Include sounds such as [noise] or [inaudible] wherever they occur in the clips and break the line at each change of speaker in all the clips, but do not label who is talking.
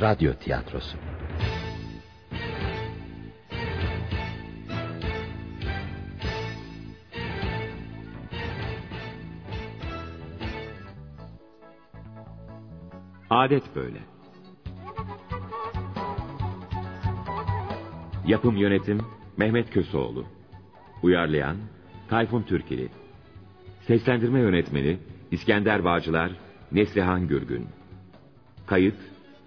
Radyo Tiyatrosu
Adet böyle. Yapım yönetim Mehmet Kösoğlu. Uyarlayan Tayfun Türkili. Seslendirme yönetmeni İskender Bağcılar, Neslihan Gürgün. Kayıt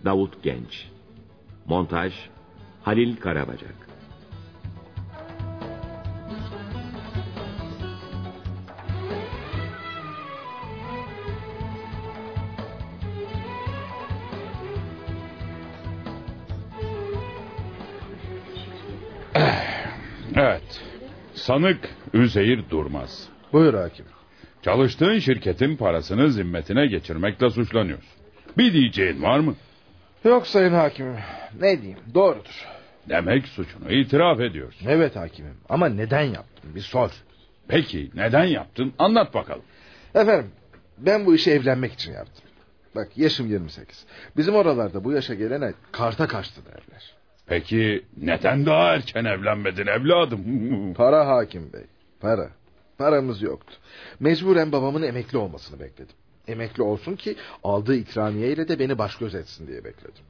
Davut Genç. Montaj Halil Karabacak.
Evet. Sanık Üzeyir Durmaz.
Buyur hakim.
Çalıştığın şirketin parasını zimmetine geçirmekle suçlanıyorsun. Bir diyeceğin var mı?
Yok sayın hakimim. Ne diyeyim doğrudur.
Demek suçunu itiraf ediyorsun.
Evet hakimim ama neden yaptım bir sor.
Peki neden yaptın? Anlat bakalım.
Efendim ben bu işi evlenmek için yaptım. Bak yaşım 28. Bizim oralarda bu yaşa gelene karta kaçtı derler.
Peki neden daha erken
[laughs]
evlenmedin evladım?
Para hakim bey. Para. Paramız yoktu. Mecburen babamın emekli olmasını bekledim. Emekli olsun ki aldığı ikramiye ile de beni baş göz etsin diye bekledim.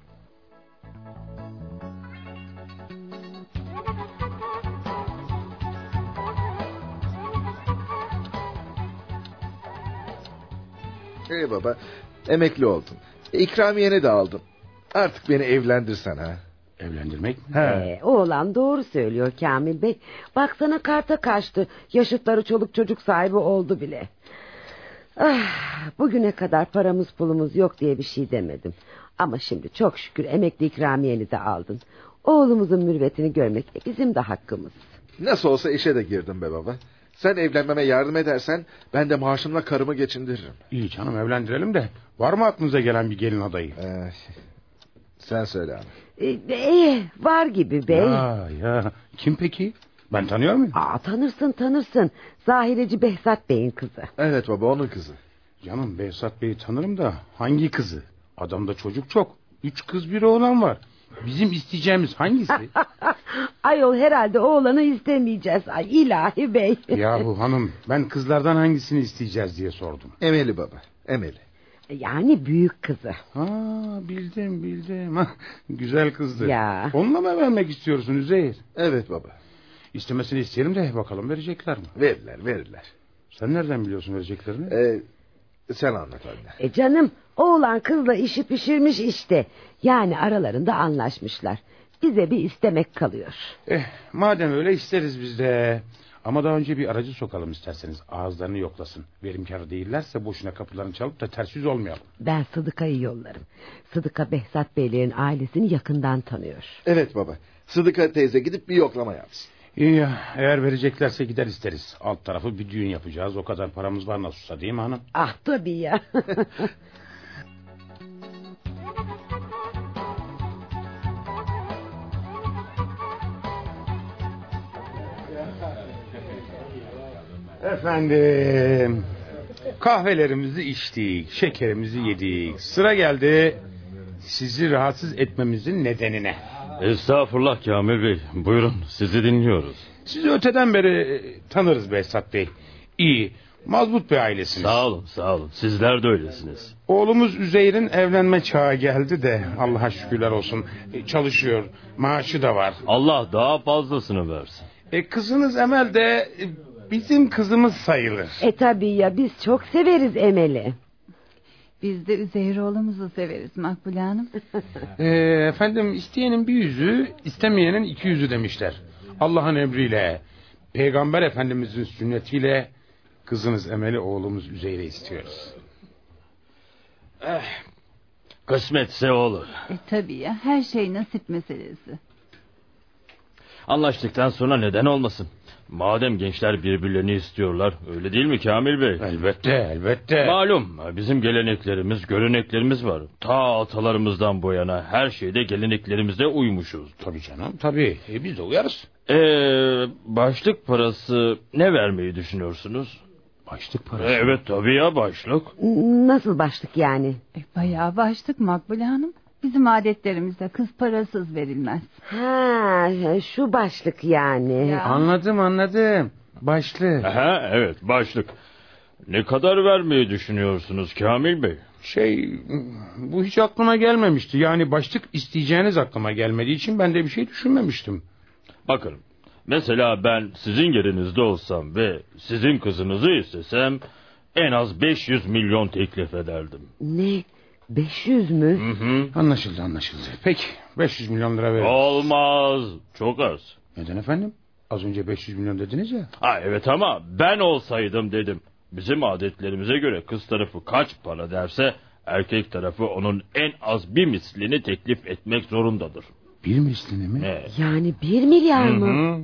Ey baba emekli oldun. İkramiyeni de aldın. Artık beni evlendirsen ha.
Evlendirmek mi?
Ee, oğlan doğru söylüyor Kamil Bey. Baksana karta kaçtı. Yaşıtları çoluk çocuk sahibi oldu bile. Ah, bugüne kadar paramız pulumuz yok diye bir şey demedim. Ama şimdi çok şükür emekli ikramiyeni de aldın. Oğlumuzun mürvetini görmek bizim de hakkımız.
Nasıl olsa işe de girdim be baba. Sen evlenmeme yardım edersen ben de maaşımla karımı geçindiririm.
İyi canım evlendirelim de var mı aklınıza gelen bir gelin adayı?
Ee, sen söyle abi.
Ee, eh, var gibi bey.
Ya ya kim peki? Ben tanıyor muyum?
Aa, tanırsın tanırsın. Zahireci Behzat Bey'in kızı.
Evet baba onun kızı.
Canım Behzat Bey'i tanırım da hangi kızı? Adamda çocuk çok. Üç kız bir oğlan var. Bizim isteyeceğimiz hangisi?
Ayol herhalde oğlanı istemeyeceğiz. Ay ilahi bey.
Yahu hanım ben kızlardan hangisini isteyeceğiz diye sordum.
Emeli baba. Emeli.
Yani büyük kızı.
Ha bildim bildim. Hah, Güzel kızdı.
Ya.
Onunla mı vermek istiyorsun Üzeyir?
Evet baba.
İstemesini isteyelim de bakalım verecekler mi?
Verirler verirler.
Sen nereden biliyorsun vereceklerini?
Ee, sen anlat anne.
E canım oğlan kızla işi pişirmiş işte. Yani aralarında anlaşmışlar. Bize bir istemek kalıyor.
Eh, madem öyle isteriz biz de. Ama daha önce bir aracı sokalım isterseniz. Ağızlarını yoklasın. Verimkar değillerse boşuna kapılarını çalıp da ters yüz olmayalım.
Ben Sıdıka'yı yollarım. Sıdıka Behzat Beylerin ailesini yakından tanıyor.
Evet baba. Sıdıka teyze gidip bir yoklama yapsın.
İyi ya, eğer vereceklerse gider isteriz. Alt tarafı bir düğün yapacağız. O kadar paramız var nasılsa değil mi hanım?
Ah tabii ya.
Efendim, kahvelerimizi içtik, şekerimizi yedik. Sıra geldi sizi rahatsız etmemizin nedenine.
Estağfurullah Kamil Bey. Buyurun sizi dinliyoruz.
Sizi öteden beri e, tanırız Behzat Bey. İyi, mazbut bir ailesiniz.
Sağ olun sağ olun. Sizler de öylesiniz.
Oğlumuz Üzeyir'in evlenme çağı geldi de Allah'a şükürler olsun E, çalışıyor maaşı da var.
Allah daha fazlasını versin.
E, kızınız Emel de e, bizim kızımız sayılır.
[laughs] e tabii ya biz çok severiz Emel'i.
Biz de Üzeyir oğlumuzu severiz Makbule Hanım.
E, efendim isteyenin bir yüzü istemeyenin iki yüzü demişler. Allah'ın emriyle peygamber efendimizin sünnetiyle kızınız Emel'i oğlumuz Üzeyir'e istiyoruz.
Kısmetse olur.
E tabii ya her şey nasip meselesi.
Anlaştıktan sonra neden olmasın? Madem gençler birbirlerini istiyorlar öyle değil mi Kamil Bey?
Elbette elbette.
Malum bizim geleneklerimiz, göreneklerimiz var. Ta atalarımızdan bu yana her şeyde geleneklerimize uymuşuz.
tabii canım tabii E, biz de uyarız.
Eee başlık parası ne vermeyi düşünüyorsunuz?
Başlık parası.
Evet tabii ya başlık.
N- Nasıl başlık yani?
E, bayağı başlık Makbule Hanım. Bizim adetlerimizde kız parasız verilmez.
Ha, şu başlık yani.
Ya.
Anladım anladım. Başlı.
Aha, evet başlık. Ne kadar vermeyi düşünüyorsunuz Kamil Bey?
Şey bu hiç aklıma gelmemişti. Yani başlık isteyeceğiniz aklıma gelmediği için ben de bir şey düşünmemiştim.
Bakın mesela ben sizin yerinizde olsam ve sizin kızınızı istesem en az 500 milyon teklif ederdim.
Ne? 500 mü?
Hı hı.
Anlaşıldı anlaşıldı. Peki 500 milyon lira verin.
Olmaz. Çok az.
Neden efendim? Az önce 500 milyon dediniz ya.
Ha evet ama ben olsaydım dedim. Bizim adetlerimize göre kız tarafı kaç para derse erkek tarafı onun en az bir mislini teklif etmek zorundadır.
Bir mislini mi?
Ee,
Yani 1 milyar
hı
mı?
hı.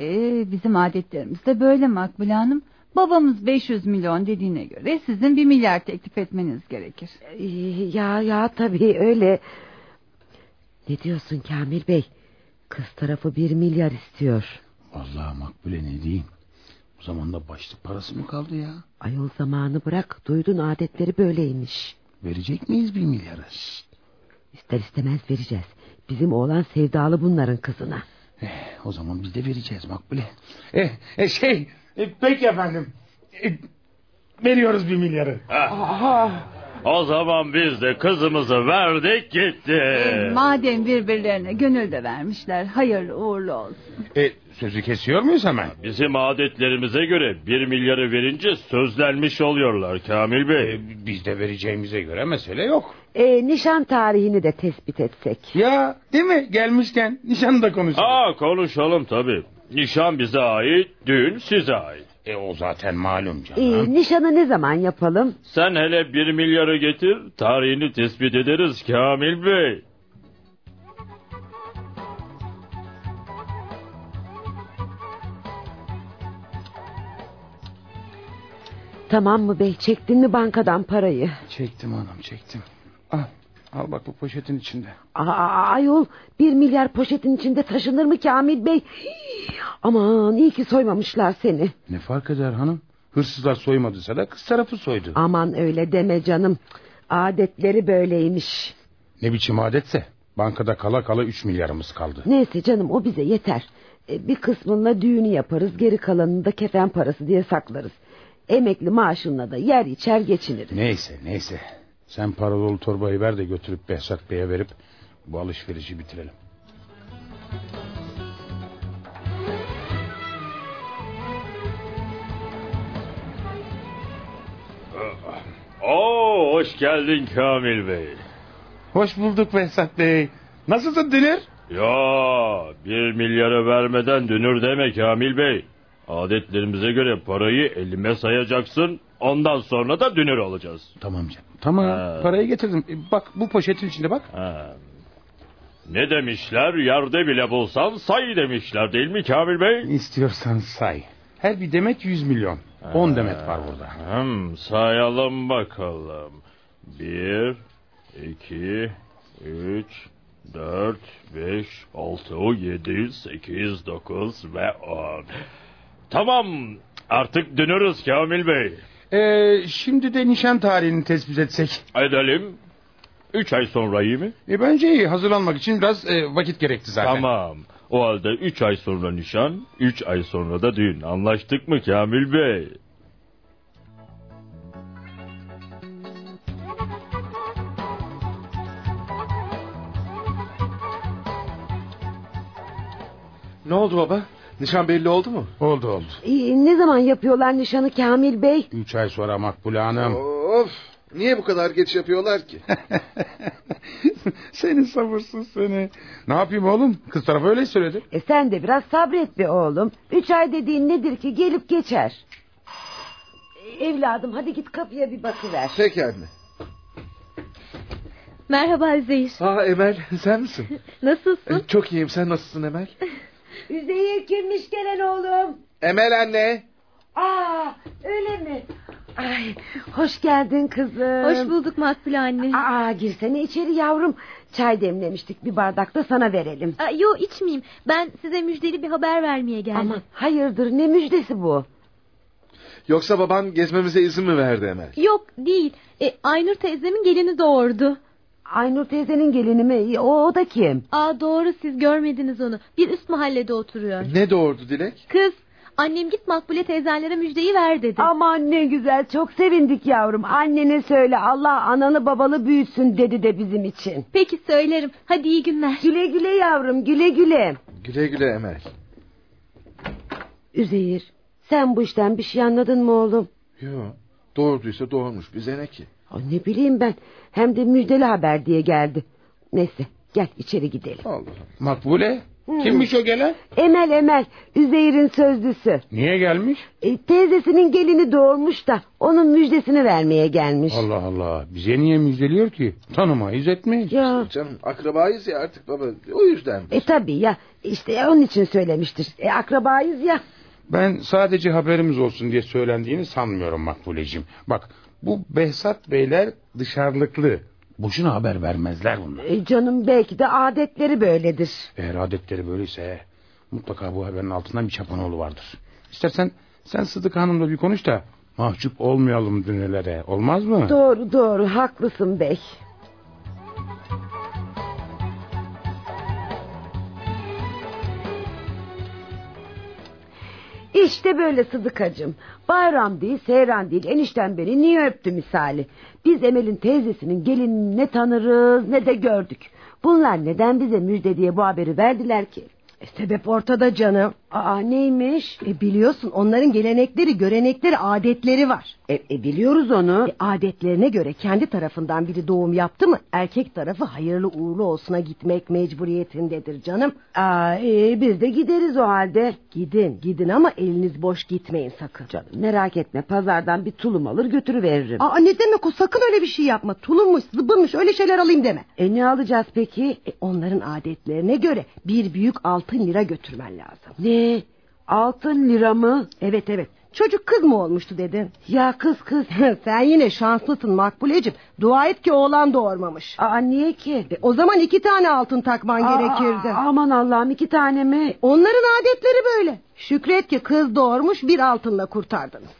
Ee, bizim adetlerimizde böyle Makbule Hanım. Babamız 500 milyon dediğine göre sizin bir milyar teklif etmeniz gerekir.
Ee, Ya ya tabii öyle. Ne diyorsun Kamil Bey? Kız tarafı 1 milyar istiyor.
Allah makbule ne diyeyim. Bu zamanda başlık parası mı kaldı ya?
Ayol zamanı bırak. Duydun adetleri böyleymiş.
Verecek miyiz bir milyarı?
İster istemez vereceğiz. Bizim oğlan sevdalı bunların kızına.
O zaman biz de vereceğiz makbule. E, e, şey e, peki efendim. E, veriyoruz bir milyarı.
O zaman biz de kızımızı verdik gitti.
Ee, madem birbirlerine gönül de vermişler hayırlı uğurlu olsun.
E, sözü kesiyor muyuz hemen?
Bizim adetlerimize göre bir milyarı verince sözlenmiş oluyorlar Kamil Bey.
E, biz de vereceğimize göre mesele yok.
E, nişan tarihini de tespit etsek.
Ya değil mi? Gelmişken nişanı da konuşalım.
Aa konuşalım tabii. Nişan bize ait, düğün size ait.
E, o zaten malum
E,
canım.
nişanı ne zaman yapalım?
Sen hele bir milyarı getir, tarihini tespit ederiz Kamil Bey.
Tamam mı bey? Çektin mi bankadan parayı?
Çektim hanım çektim. Al, al bak bu poşetin içinde.
Aa, ayol bir milyar poşetin içinde taşınır mı Kamil Bey? Aman iyi ki soymamışlar seni.
Ne fark eder hanım? Hırsızlar soymadıysa da kız tarafı soydu.
Aman öyle deme canım. Adetleri böyleymiş.
Ne biçim adetse. Bankada kala kala 3 milyarımız kaldı.
Neyse canım o bize yeter. E, bir kısmınla düğünü yaparız geri kalanını da kefen parası diye saklarız. Emekli maaşınla da yer içer geçiniriz.
Neyse neyse. Sen paradolu torbayı ver de götürüp Behzat Bey'e verip bu alışverişi bitirelim.
Oo hoş geldin Kamil Bey.
Hoş bulduk Behzat Bey. Nasılsın Dünür?
Ya bir milyarı vermeden dünür deme Kamil Bey. Adetlerimize göre parayı elime sayacaksın. Ondan sonra da dünür olacağız.
Tamam canım. Tamam
Ha.
parayı getirdim. E, bak bu poşetin içinde bak.
Ha. Ne demişler yerde bile bulsan say demişler değil mi Kamil Bey?
İstiyorsan say. Her bir demet 100 milyon. 10 demet var burada.
Hmm, sayalım bakalım. Bir, iki, üç, dört, beş, altı, yedi, sekiz, dokuz ve on. Tamam, artık dönürüz Kamil Bey.
E, şimdi de nişan tarihini tespit etsek.
Edelim. Üç ay sonra iyi mi?
E, bence iyi. Hazırlanmak için biraz e, vakit gerekti zaten.
Tamam. O halde üç ay sonra nişan, üç ay sonra da düğün. Anlaştık mı Kamil Bey?
Ne oldu baba? Nişan belli oldu mu?
Oldu oldu.
E, ne zaman yapıyorlar nişanı Kamil Bey?
Üç ay sonra Makbule [laughs] Hanım.
Of! Niye bu kadar geç yapıyorlar ki?
seni sabırsız seni. Ne yapayım oğlum? Kız tarafı öyle söyledi.
E sen de biraz sabret be oğlum. Üç ay dediğin nedir ki gelip geçer. E, Evladım hadi git kapıya bir bakıver.
[laughs] Peki anne.
Merhaba Zeyir.
Aa Emel sen misin? Eh,
Nasılsın?
Çok iyiyim sen nasılsın Emel?
Üzeyir kimmiş gelen oğlum?
Emel anne.
Aa öyle mi? Ay hoş geldin kızım.
Hoş bulduk Makbule anne.
Aa girsene içeri yavrum. Çay demlemiştik bir bardak da sana verelim.
Aa, yo içmeyeyim. Ben size müjdeli bir haber vermeye geldim.
Aman hayırdır ne müjdesi bu?
Yoksa baban gezmemize izin mi verdi Emel?
Yok değil. E, Aynur teyzemin gelini doğurdu.
Aynur teyzenin gelini mi? O, o da kim?
Aa doğru siz görmediniz onu. Bir üst mahallede oturuyor.
Ne doğurdu Dilek?
Kız annem git Makbule teyzenlere müjdeyi ver dedi.
Aman ne güzel çok sevindik yavrum. Annene söyle Allah analı babalı büyütsün dedi de bizim için.
Peki söylerim. Hadi iyi günler.
Güle güle yavrum güle güle.
Güle güle Emel.
Üzeyir sen bu işten bir şey anladın mı oğlum?
Yo, doğurduysa doğurmuş bize ne ki?
Ay, ne bileyim ben hem de müjdeli haber diye geldi. Neyse gel içeri gidelim.
Allah.
Makbule? Kimmiş o gelen?
Emel Emel Üzeyir'in sözlüsü.
Niye gelmiş?
E, teyzesinin gelini doğurmuş da onun müjdesini vermeye gelmiş.
Allah Allah. Bize niye müjdeliyor ki? Tanımayız etmeyiz.
Ya
Canım akrabayız ya artık baba. O yüzden.
e tabi ya işte ya onun için söylemiştir. E akrabayız ya.
Ben sadece haberimiz olsun diye söylendiğini sanmıyorum Makbuleciğim. Bak bu Behzat Beyler dışarılıklı. Boşuna haber vermezler bunlar.
E, canım belki de adetleri böyledir.
Eğer adetleri böyleyse mutlaka bu haberin altından bir çapanoğlu vardır. İstersen sen Sıdık Hanım'la bir konuş da mahcup olmayalım dünelere. Olmaz mı?
Doğru doğru haklısın bey. İşte böyle Sıdıkacığım. Bayram değil, seyran değil, enişten beni niye öptü misali. Biz Emel'in teyzesinin gelinini ne tanırız ne de gördük. Bunlar neden bize müjde diye bu haberi verdiler ki? E, sebep ortada canım. Aa neymiş? biliyorsun onların gelenekleri, görenekleri, adetleri var. E, e, biliyoruz onu. adetlerine göre kendi tarafından biri doğum yaptı mı erkek tarafı hayırlı uğurlu olsuna gitmek mecburiyetindedir canım. Aa e, biz de gideriz o halde. Gidin gidin ama eliniz boş gitmeyin sakın. Canım merak etme pazardan bir tulum alır götürüveririm. Aa ne demek o sakın öyle bir şey yapma. Tulummuş zıbınmış öyle şeyler alayım deme. E ne alacağız peki? onların adetlerine göre bir büyük altın lira götürmen lazım. Ne? Altın lira mı? Evet evet. Çocuk kız mı olmuştu dedin? Ya kız kız. [laughs] Sen yine şanslısın Makbuleciğim. Dua et ki oğlan doğurmamış. Aa niye ki? o zaman iki tane altın takman gerekirdi. Aman Allah'ım iki tane mi? Onların adetleri böyle. Şükret ki kız doğurmuş bir altınla kurtardınız.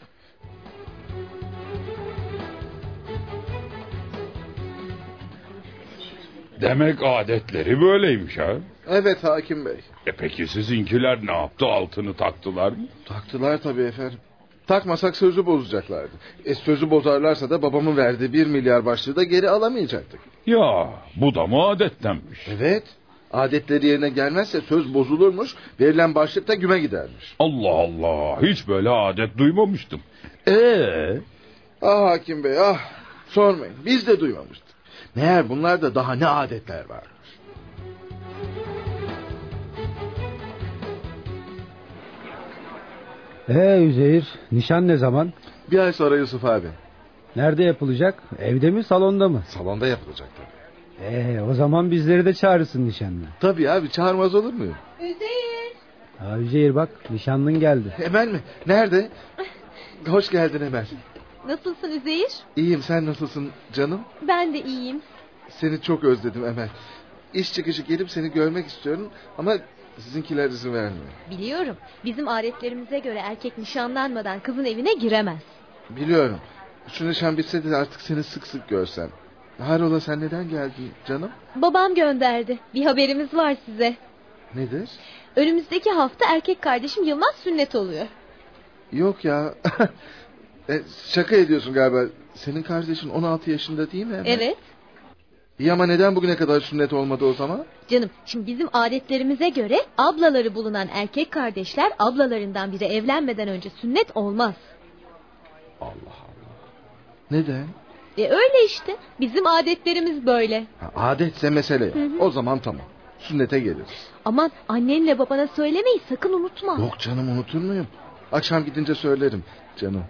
Demek adetleri böyleymiş ha.
Evet hakim bey.
E peki sizinkiler ne yaptı? Altını taktılar mı?
Taktılar tabii efendim. Takmasak sözü bozacaklardı. E, sözü bozarlarsa da babamın verdiği bir milyar başlığı da geri alamayacaktık.
Ya bu da mı adettenmiş?
Evet. Adetleri yerine gelmezse söz bozulurmuş, verilen başlık da güme gidermiş.
Allah Allah hiç böyle adet duymamıştım. Ee
Ah hakim bey ah. Sormayın biz de duymamıştık. Meğer bunlarda daha ne adetler var.
Ee Üzeyir, nişan ne zaman?
Bir ay sonra Yusuf abi.
Nerede yapılacak? Evde mi, salonda mı?
Salonda yapılacak tabii.
Ee, o zaman bizleri de çağırırsın nişanına.
Tabii abi çağırmaz olur muyum?
Ha Üzeyir bak, nişanlın geldi.
Emel mi? Nerede? Hoş geldin Emel.
Nasılsın Üzeyir?
İyiyim sen nasılsın canım?
Ben de iyiyim.
Seni çok özledim Emel. İş çıkışı gelip seni görmek istiyorum ama sizinkiler izin vermiyor.
Biliyorum. Bizim adetlerimize göre erkek nişanlanmadan kızın evine giremez.
Biliyorum. Şu nişan bitse de artık seni sık sık görsem. Harola sen neden geldin canım?
Babam gönderdi. Bir haberimiz var size.
Nedir?
Önümüzdeki hafta erkek kardeşim Yılmaz sünnet oluyor.
Yok ya. [laughs] E, şaka ediyorsun galiba. Senin kardeşin 16 yaşında değil mi Emel?
Evet.
İyi ama neden bugüne kadar sünnet olmadı o zaman?
Canım şimdi bizim adetlerimize göre ablaları bulunan erkek kardeşler ablalarından biri evlenmeden önce sünnet olmaz.
Neden?
E öyle işte. Bizim adetlerimiz böyle.
Ha, adetse mesele. ya. O zaman tamam. Sünnete geliriz.
Aman annenle babana söylemeyi sakın unutma.
Yok canım unutur muyum? Akşam gidince söylerim canım.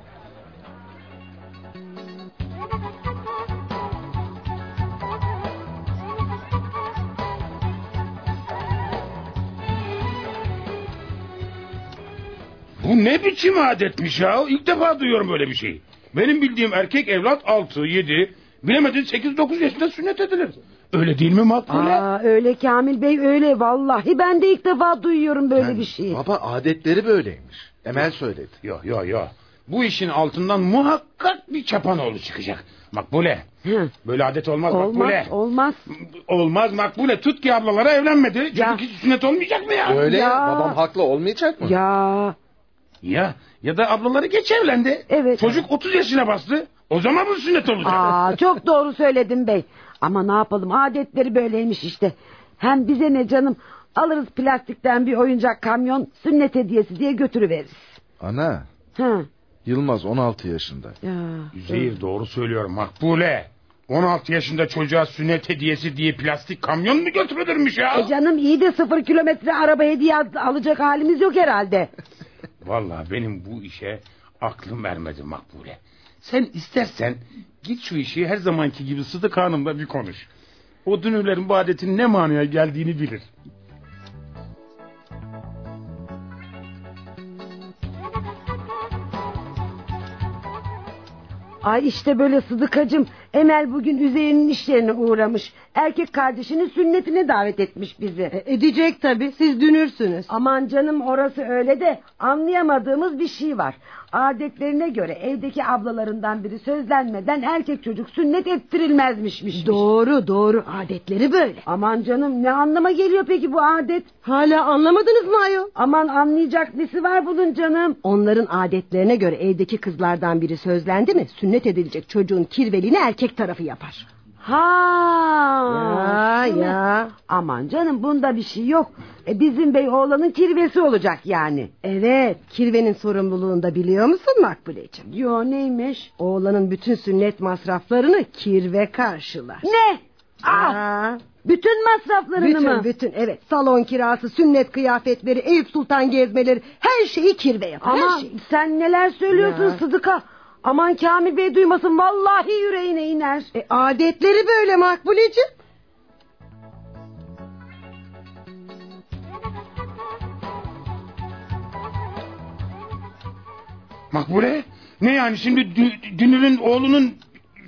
Bu ne biçim adetmiş ya? İlk defa duyuyorum böyle bir şey. Benim bildiğim erkek evlat 6, 7, bilemedin 8, 9 yaşında sünnet edilir. Öyle değil mi Makbule?
Aa, öyle Kamil Bey öyle vallahi ben de ilk defa duyuyorum böyle
Yani
bir şey. şeyi.
Baba adetleri böyleymiş. Emel söyledi.
Yok yok yok. bu işin altından muhakkak bir çapanoğlu çıkacak. Makbule.
Hı.
Böyle adet olmaz, Makbule.
Olmaz olmaz.
Olmaz Makbule. Tut ki ablalara evlenmedi. Çocuk
Ya.
hiç sünnet olmayacak mı ya?
Öyle
Ya.
babam haklı olmayacak mı?
Ya
Ya ya da ablaları geç evlendi.
Evet.
Çocuk 30 yaşına bastı. O zaman mı sünnet olacak?
Aa, çok doğru söyledin bey. Ama ne yapalım adetleri böyleymiş işte. Hem bize ne canım alırız plastikten bir oyuncak kamyon sünnet hediyesi diye götürüveririz.
Ana
Ha.
Yılmaz 16 yaşında.
Ya.
Üzeyir doğru söylüyor Makbule. 16 yaşında çocuğa sünnet hediyesi diye plastik kamyon mu götürülürmüş ya?
E canım iyi de sıfır kilometre araba hediye al- alacak halimiz yok herhalde.
Vallahi benim bu işe aklım vermedi Makbule. Sen istersen git şu işi her zamanki gibi Sıdık Hanım'la bir konuş. O dünürlerin bu adetin ne manaya geldiğini bilir.
Ay işte böyle Sıdıkacım. Emel bugün Üzeyir'in iş yerine uğramış. Erkek kardeşinin sünnetine davet etmiş bizi.
E, Edecek tabii siz dünürsünüz.
Aman canım orası öyle de anlayamadığımız bir şey var. Adetlerine göre evdeki ablalarından biri sözlenmeden erkek çocuk sünnet ettirilmezmişmiş.
Doğru doğru adetleri böyle.
Aman canım ne anlama geliyor peki bu adet?
Hala anlamadınız mı ayol?
Aman anlayacak nesi var bunun canım?
Onların adetlerine göre evdeki kızlardan biri sözlendi mi sünnet edilecek çocuğun kirveliğini erkek tarafı yapar.
Ha.
Ya
sünnet.
ya.
Aman canım bunda bir şey yok. E, bizim bey oğlanın kirvesi olacak yani.
Evet kirvenin sorumluluğunu da biliyor musun Makbuleciğim?
Yo neymiş?
Oğlanın bütün sünnet masraflarını kirve karşılar.
Ne? Ah,
Aa,
bütün masraflarını
bütün
mı?
bütün evet salon kirası, sünnet kıyafetleri, Eyüp Sultan gezmeleri her şeyi kirve yapar. her
Ama
şeyi.
sen neler söylüyorsun
Ya.
Sıdıka? Aman Kamil Bey duymasın vallahi yüreğine iner.
E, adetleri böyle Makbuleciğim.
Makbule ne yani şimdi dü- dünürün oğlunun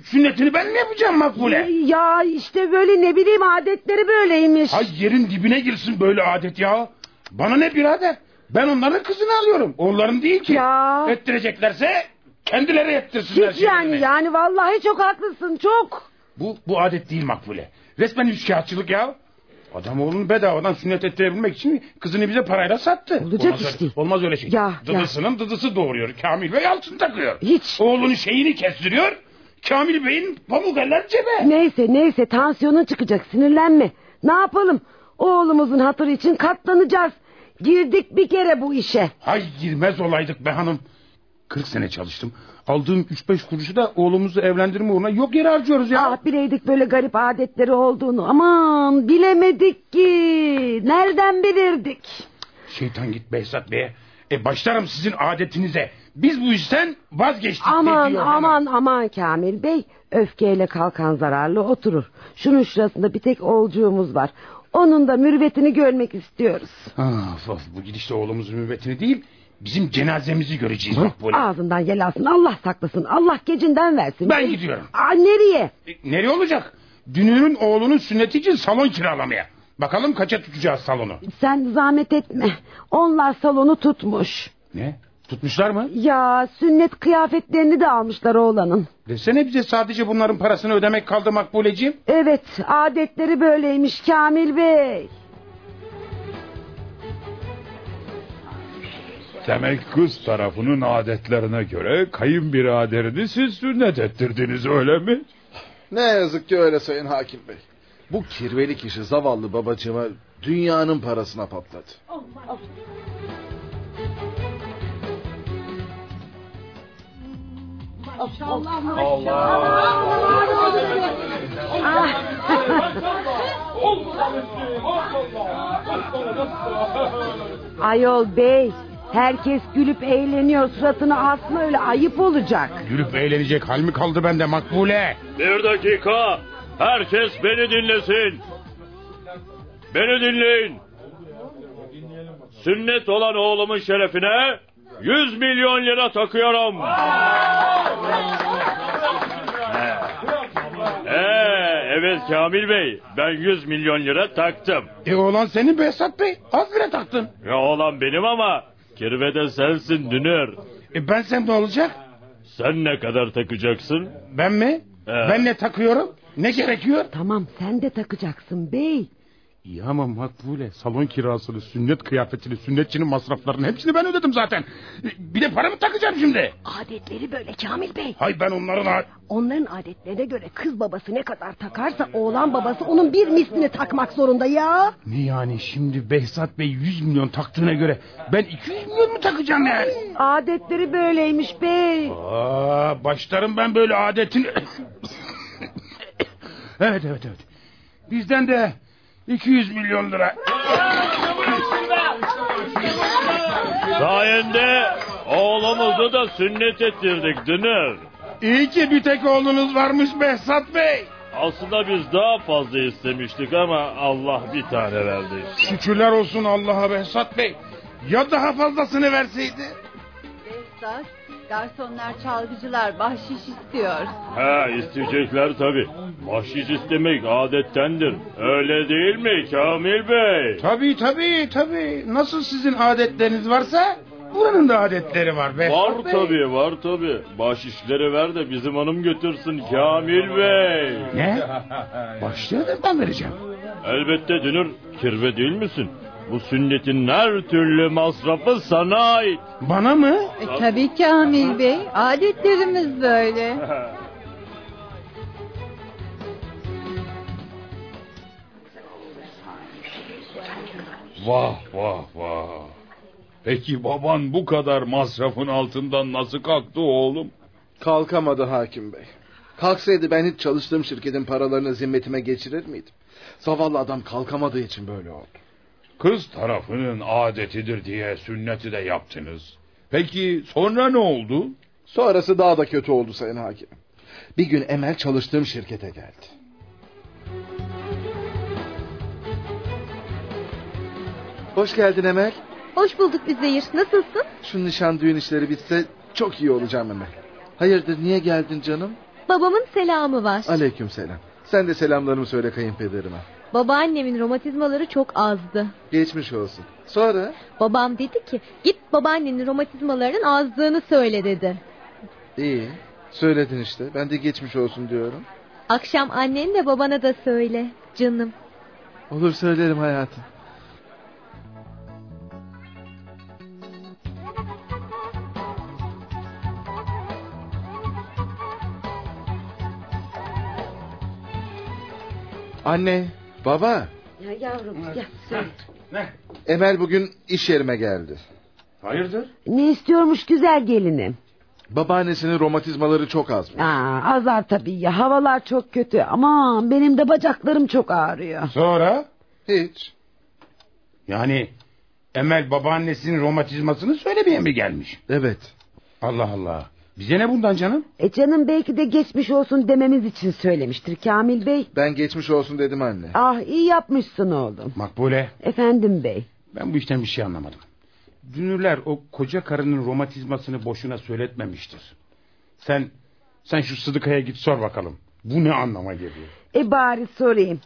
sünnetini ben mi yapacağım Makbule?
E, Ya işte böyle ne bileyim adetleri böyleymiş.
Ay yerin dibine girsin böyle adet ya. Bana ne birader? Ben onların kızını alıyorum. Onların değil ki.
Ya.
Ettireceklerse kendileri ettirsinler.
Hiç yani
şeylerini.
yani vallahi çok haklısın çok.
Bu, bu adet değil makbule. Resmen üçkağıtçılık ya. Adam oğlunu bedavadan sünnet ettirebilmek için kızını bize parayla sattı.
Olacak
olmaz
iş
öyle,
değil.
Olmaz öyle şey.
Ya,
Dıdısının dıdısı doğuruyor. Kamil Bey altın takıyor.
Hiç.
Oğlunun şeyini kestiriyor. Kamil Bey'in pamuk eller cebe.
Neyse neyse tansiyonun çıkacak sinirlenme. Ne yapalım? Oğlumuzun hatırı için katlanacağız. Girdik bir kere bu işe.
Hay girmez olaydık be hanım. 40 sene çalıştım. Aldığım 3-5 kuruşu da oğlumuzu evlendirme uğruna yok yere harcıyoruz ya.
Ah bileydik böyle garip adetleri olduğunu. Aman bilemedik ki. Nereden bilirdik?
Şeytan git Behzat Bey'e. E başlarım sizin adetinize. Biz bu işten vazgeçtik
Aman
Ah, diyor hanım.
aman aman Kamil Bey. Öfkeyle kalkan zararlı oturur. Şunun şurasında bir tek olcuğumuz var. Onun da mürvetini görmek istiyoruz.
Of of bu gidişle oğlumuzun mübetini değil bizim cenazemizi göreceğiz bak böyle.
Ağzından yel alsın Allah saklasın. Allah gecinden versin.
Ben gidiyorum.
Aa, nereye?
E, nereye olacak? Dünürün oğlunun sünneti için salon kiralamaya. Bakalım kaça tutacağız salonu.
Sen zahmet etme. Onlar salonu tutmuş.
Ne? Tutmuşlar mı?
Ya sünnet kıyafetlerini de almışlar oğlanın.
Desene bize sadece bunların parasını ödemek kaldı Makbuleciğim.
Evet adetleri böyleymiş Kamil Bey.
Demek kız tarafının adetlerine göre kayınbiraderini siz sünnet ettirdiniz öyle mi?
Ne yazık ki öyle Sayın Hakim Bey. Bu kirveli kişi zavallı babacığıma dünyanın parasına patladı.
Ayol Bey herkes gülüp eğleniyor suratını asma öyle ayıp olacak.
Gülüp eğlenecek hal mi kaldı bende Makbule?
Bir dakika. Herkes beni dinlesin. Beni dinleyin. Sünnet olan oğlumun şerefine 100 milyon lira takıyorum. Ee, evet Kamil Bey ben 100 milyon lira taktım.
E oğlan senin Behzat Bey. Az bile taktın.
Ya olan benim ama kirvede sensin Dünür.
E ben sen ne olacak?
Sen ne kadar takacaksın?
Ben mi? Ben ne takıyorum? Ne gerekiyor?
Tamam sen de takacaksın bey.
İyi ama makbule salon kirasını, sünnet kıyafetini, sünnetçinin masraflarını hepsini ben ödedim zaten. E, Bir de para mı takacağım şimdi?
Adetleri böyle Kamil Bey.
Hay ben onların... ha-
Onların adetlerine göre kız babası ne kadar takarsa oğlan babası onun bir mislini takmak zorunda ya.
Ne yani şimdi Behzat Bey 100 milyon taktığına göre ben 200 milyon mu takacağım yani?
Adetleri böyleymiş bey.
Aa, başlarım ben böyle adetin. evet evet evet. Bizden de 200 milyon lira.
Sayende oğlumuzu da sünnet ettirdik Dünür.
İyi ki bir tek oğlunuz varmış Behzat Bey.
Aslında biz daha fazla istemiştik ama Allah bir tane verdi.
Şükürler olsun Allah'a Behzat Bey. Ya daha fazlasını verseydi?
Behzat, garsonlar, çalgıcılar bahşiş istiyor.
He isteyecekler tabi. Bahşiş istemek adettendir. Öyle değil mi Kamil Bey?
Tabii tabii tabii. Nasıl sizin adetleriniz varsa buranın da adetleri var Behzat
Var
Bey.
tabi var tabi. Bahşişleri ver de bizim hanım götürsün Kamil Bey.
Ne? Başlığı da ben vereceğim.
Elbette Dünür kirve değil misin? Bu sünnetin her türlü masrafı sana ait.
Bana mı?
E, tabii Kamil Bey, adetlerimiz böyle.
Vah vah vah. Peki baban bu kadar masrafın altından nasıl kalktı oğlum?
Kalkamadı hakim bey. Kalksaydı ben hiç çalıştığım şirketin paralarını zimmetime geçirir miydim? Zavallı adam kalkamadığı için böyle oldu.
Kız tarafının adetidir diye sünneti de yaptınız. Peki sonra ne oldu?
Sonrası daha da kötü oldu sayın hakim. Bir gün Emel çalıştığım şirkete geldi. Hoş geldin Emel.
Hoş bulduk Üzeyir. Nasılsın?
Şu nişan düğün işleri bitse çok iyi olacağım Emel. Hayırdır niye geldin canım?
Babamın selamı var.
Aleyküm selam. Sen de selamlarımı söyle kayınpederime.
Babaannemin romatizmaları çok azdı.
Geçmiş olsun. Sonra?
Babam dedi ki git babaannenin romatizmalarının azdığını söyle dedi.
İyi. Söyledin işte. Ben de geçmiş olsun diyorum.
Akşam annenle babana da söyle canım.
Olur söylerim hayatım. Anne, baba,
Ya yavrum gel söyle.
Emel bugün iş yerime geldi.
Hayırdır?
Ne istiyormuş güzel gelinim?
Babaannesinin romatizmaları çok az.
Aa, azar tabii ya havalar çok kötü. Aman benim de bacaklarım çok ağrıyor.
Sonra?
Hiç.
Yani Emel babaannesinin romatizmasını söylemeye mi gelmiş?
Evet.
Allah Allah. Bize ne bundan canım?
E canım belki de geçmiş olsun dememiz için söylemiştir Kamil Bey.
Ben geçmiş olsun dedim anne.
Ah iyi yapmışsın oğlum.
Makbule
Efendim bey.
ben bu işten bir şey anlamadım. Dünürler o koca karının romatizmasını boşuna söyletmemiştir. Sen sen şu Sıdıka'ya git sor bakalım. Bu ne anlama geliyor?
E bari sorayım.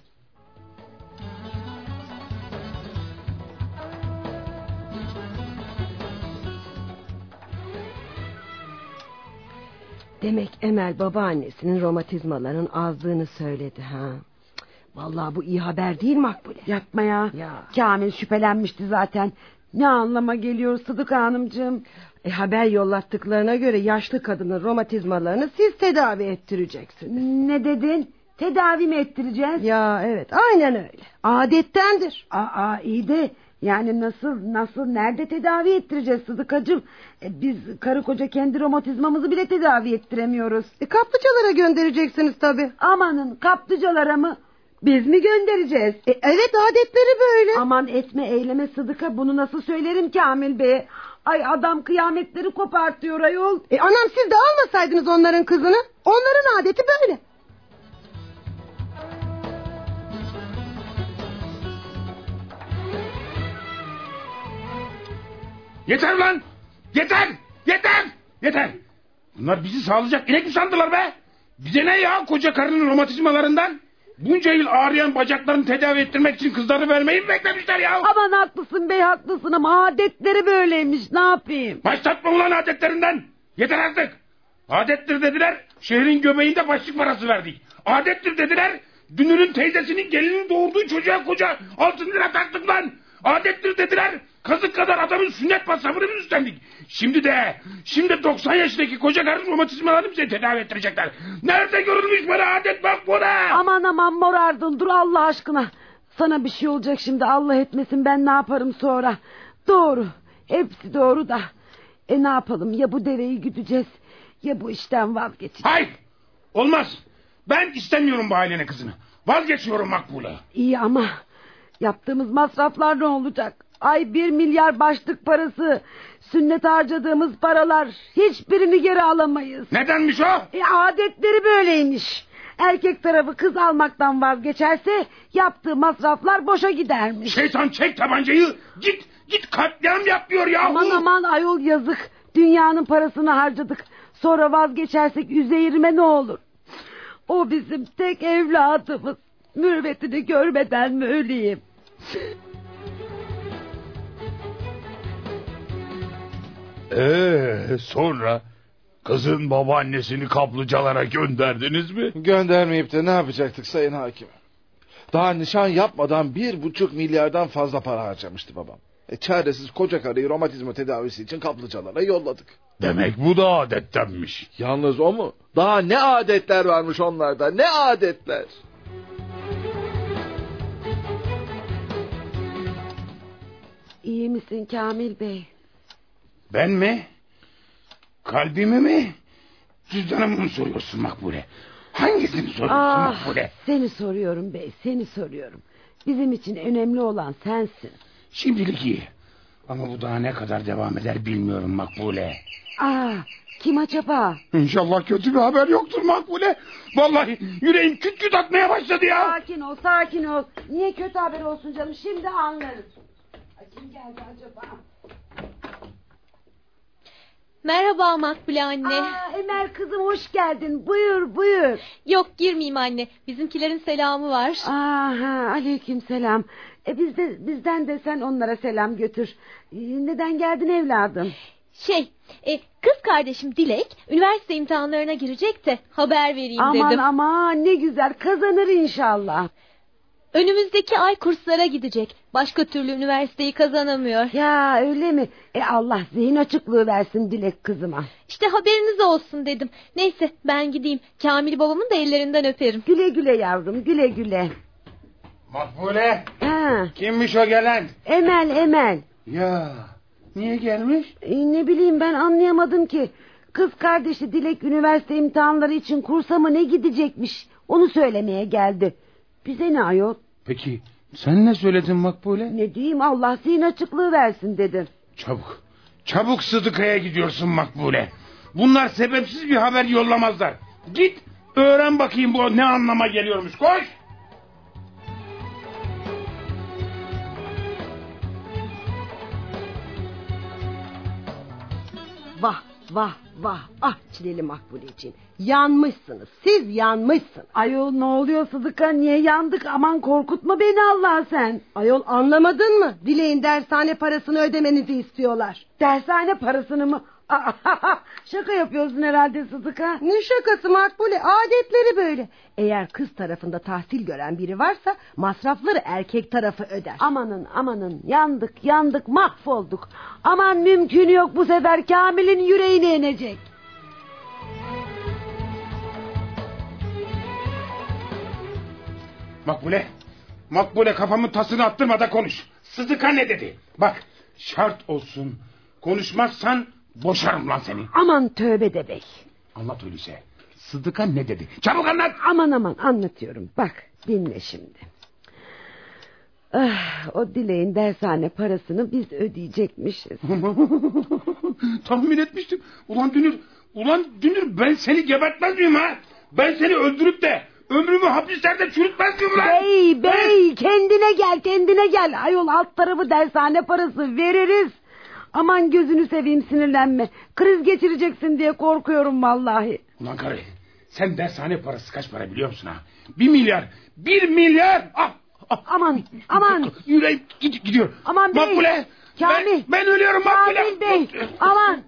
Demek Emel babaannesinin romatizmalarının azdığını söyledi ha. Cık, Vallahi bu iyi haber değil Makbule.
Yapma ya.
Ya.
Kamil şüphelenmişti zaten. Ne anlama geliyor Sıdıka Hanımcığım?
E, haber yollattıklarına göre yaşlı kadının romatizmalarını siz tedavi ettireceksiniz.
Ne dedin? Tedavi mi ettireceğiz?
Ya evet aynen öyle. Adettendir.
Aa iyi de yani nasıl nasıl nerede tedavi ettireceğiz Sıdıkacığım? E, biz karı koca kendi romatizmamızı bile tedavi ettiremiyoruz.
E, kaplıcalara göndereceksiniz tabii.
Amanın kaplıcalara mı? Biz mi göndereceğiz?
E, evet adetleri böyle.
Aman etme eyleme Sıdıka bunu nasıl söylerim Kamil Bey'e? Ay adam kıyametleri kopartıyor ayol.
E, anam siz de almasaydınız onların kızını. Onların adeti böyle.
Yeter lan! Yeter! Yeter! Yeter! Bunlar bizi sağlayacak inek mi sandılar be? Bize ne ya koca karının romatizmalarından? Bunca yıl ağrıyan bacaklarını tedavi ettirmek için kızları vermeyi mi beklemişler ya?
Aman haklısın bey haklısın ama adetleri böyleymiş ne yapayım?
Başlatma ulan adetlerinden. Yeter artık. Adettir dediler, şehrin göbeğinde başlık parası verdik. Adettir dediler, dünürün teyzesinin gelinin doğurduğu çocuğa koca altın lira taktık lan. Adettir dediler, kazık kadar adamın sünnet masrafını biz üstlendik. Şimdi de, şimdi 90 yaşındaki koca karı romatizmalarını bize tedavi ettirecekler. Nerede görülmüş bana adet bak buna.
Aman aman morardın dur Allah aşkına. Sana bir şey olacak şimdi Allah etmesin ben ne yaparım sonra. Doğru hepsi doğru da. E ne yapalım ya bu deveyi güdeceğiz ya bu işten vazgeçeceğiz.
Hayır, olmaz. Ben istemiyorum bu ailenin kızını. Vazgeçiyorum Makbule.
İyi ama yaptığımız masraflar ne olacak? Ay bir milyar başlık parası, sünnet harcadığımız paralar hiçbirini geri alamayız.
Nedenmiş o?
E, adetleri böyleymiş. Erkek tarafı kız almaktan vazgeçerse yaptığı masraflar boşa gidermiş.
Şeytan çek tabancayı. Git, git katliam yapıyor yahu.
Aman aman ayol yazık. Dünyanın parasını harcadık. Sonra vazgeçersek üzerime ne olur? O bizim tek evladımız. Mürvetini görmeden mi öleyim?
Ee, sonra kızın babaannesini kaplıcalara gönderdiniz mi?
Göndermeyip de ne yapacaktık sayın hakim? Daha nişan yapmadan bir buçuk milyardan fazla para harcamıştı babam. E, çaresiz koca karıyı romatizma tedavisi için kaplıcalara yolladık.
Demek bu da adettenmiş.
Yalnız o mu? Daha ne adetler varmış onlarda ne adetler.
İyi misin Kamil Bey?
Ben mi? Kalbimi mi? Cüzdanımı mı soruyorsun Makbule? Hangisini soruyorsun
Ah.
Makbule?
seni soruyorum bey, seni soruyorum. Bizim için önemli olan sensin.
Şimdilik iyi. Ama bu daha ne kadar devam eder bilmiyorum Makbule.
Aa, Ah, kim acaba?
İnşallah kötü bir haber yoktur Makbule. Vallahi yüreğim küt küt atmaya başladı ya.
Sakin ol, sakin ol. Niye kötü haber olsun canım? Şimdi anlarız. Ay, kim geldi acaba?
Merhaba Makbule anne.
Aa, Emel kızım hoş geldin. Buyur, buyur.
Yok girmeyeyim anne. Bizimkilerin selamı var.
Aha, aleyküm selam. E biz de, bizden de sen onlara selam götür. E, neden geldin evladım?
Şey, e, kız kardeşim Dilek üniversite imtihanlarına girecek de haber vereyim
aman
dedim.
aman ne güzel kazanır inşallah.
Önümüzdeki ay kurslara gidecek. Başka türlü üniversiteyi kazanamıyor.
Ya öyle mi? E Allah zihin açıklığı versin Dilek kızıma.
İşte haberiniz olsun dedim. Neyse ben gideyim. Kamil babamın da ellerinden öperim.
Güle güle yavrum güle güle.
Makbule
Ha,
kimmiş o gelen?
Emel Emel.
Ya niye gelmiş?
E, ne bileyim ben anlayamadım ki. Kız kardeşi Dilek üniversite imtihanları için kursa mı ne gidecekmiş? Onu söylemeye geldi. Bize ne ayol?
Peki sen ne söyledin Makbule?
Ne diyeyim Allah zihin açıklığı versin dedim.
Çabuk. Çabuk Sıdıka'ya gidiyorsun Makbule. Bunlar sebepsiz bir haber yollamazlar. Git öğren bakayım bu ne anlama geliyormuş. Koş.
Vah vah vah ah çileli makbuleciğim. Yanmışsınız siz yanmışsınız.
Ayol ne oluyor Sıdıka niye yandık aman korkutma beni Allah sen.
Ayol anlamadın mı? Dileğin dershane parasını ödemenizi istiyorlar.
Dershane parasını mı? [laughs] Şaka yapıyorsun herhalde Sıdıka.
Ne şakası makbule adetleri böyle. Eğer kız tarafında tahsil gören biri varsa masrafları erkek tarafı öder.
Amanın amanın yandık yandık mahvolduk. Aman mümkün yok bu sefer Kamil'in yüreğine inecek.
Makbule. Makbule kafamın tasını attırma da konuş. Sıdıka ne dedi? Bak şart olsun. Konuşmazsan boşarım lan seni.
Aman tövbe de bey.
Anlat öyleyse. Sıdıka ne dedi? Çabuk anlat.
Aman aman anlatıyorum. Bak dinle şimdi. Ah, o dileğin dershane parasını biz ödeyecekmişiz.
[laughs] Tahmin etmiştim. Ulan Dünür, ulan Dünür ben seni gebertmez miyim ha? Ben seni öldürüp de ömrümü hapislerde çürütmez miyim lan?
Bey bey kendine gel kendine gel. Ayol alt tarafı dershane parası veririz. Aman gözünü seveyim sinirlenme. Kriz geçireceksin diye korkuyorum vallahi.
Ulan karı, Sen dershane parası kaç para biliyor musun ha? Bir milyar. Bir milyar. Ah,
Aman aman
yüreğim gid- gidiyor.
aman bey.
Makbule.
Kamil.
Ben, ben ölüyorum Makbule.
Kamil bey aman.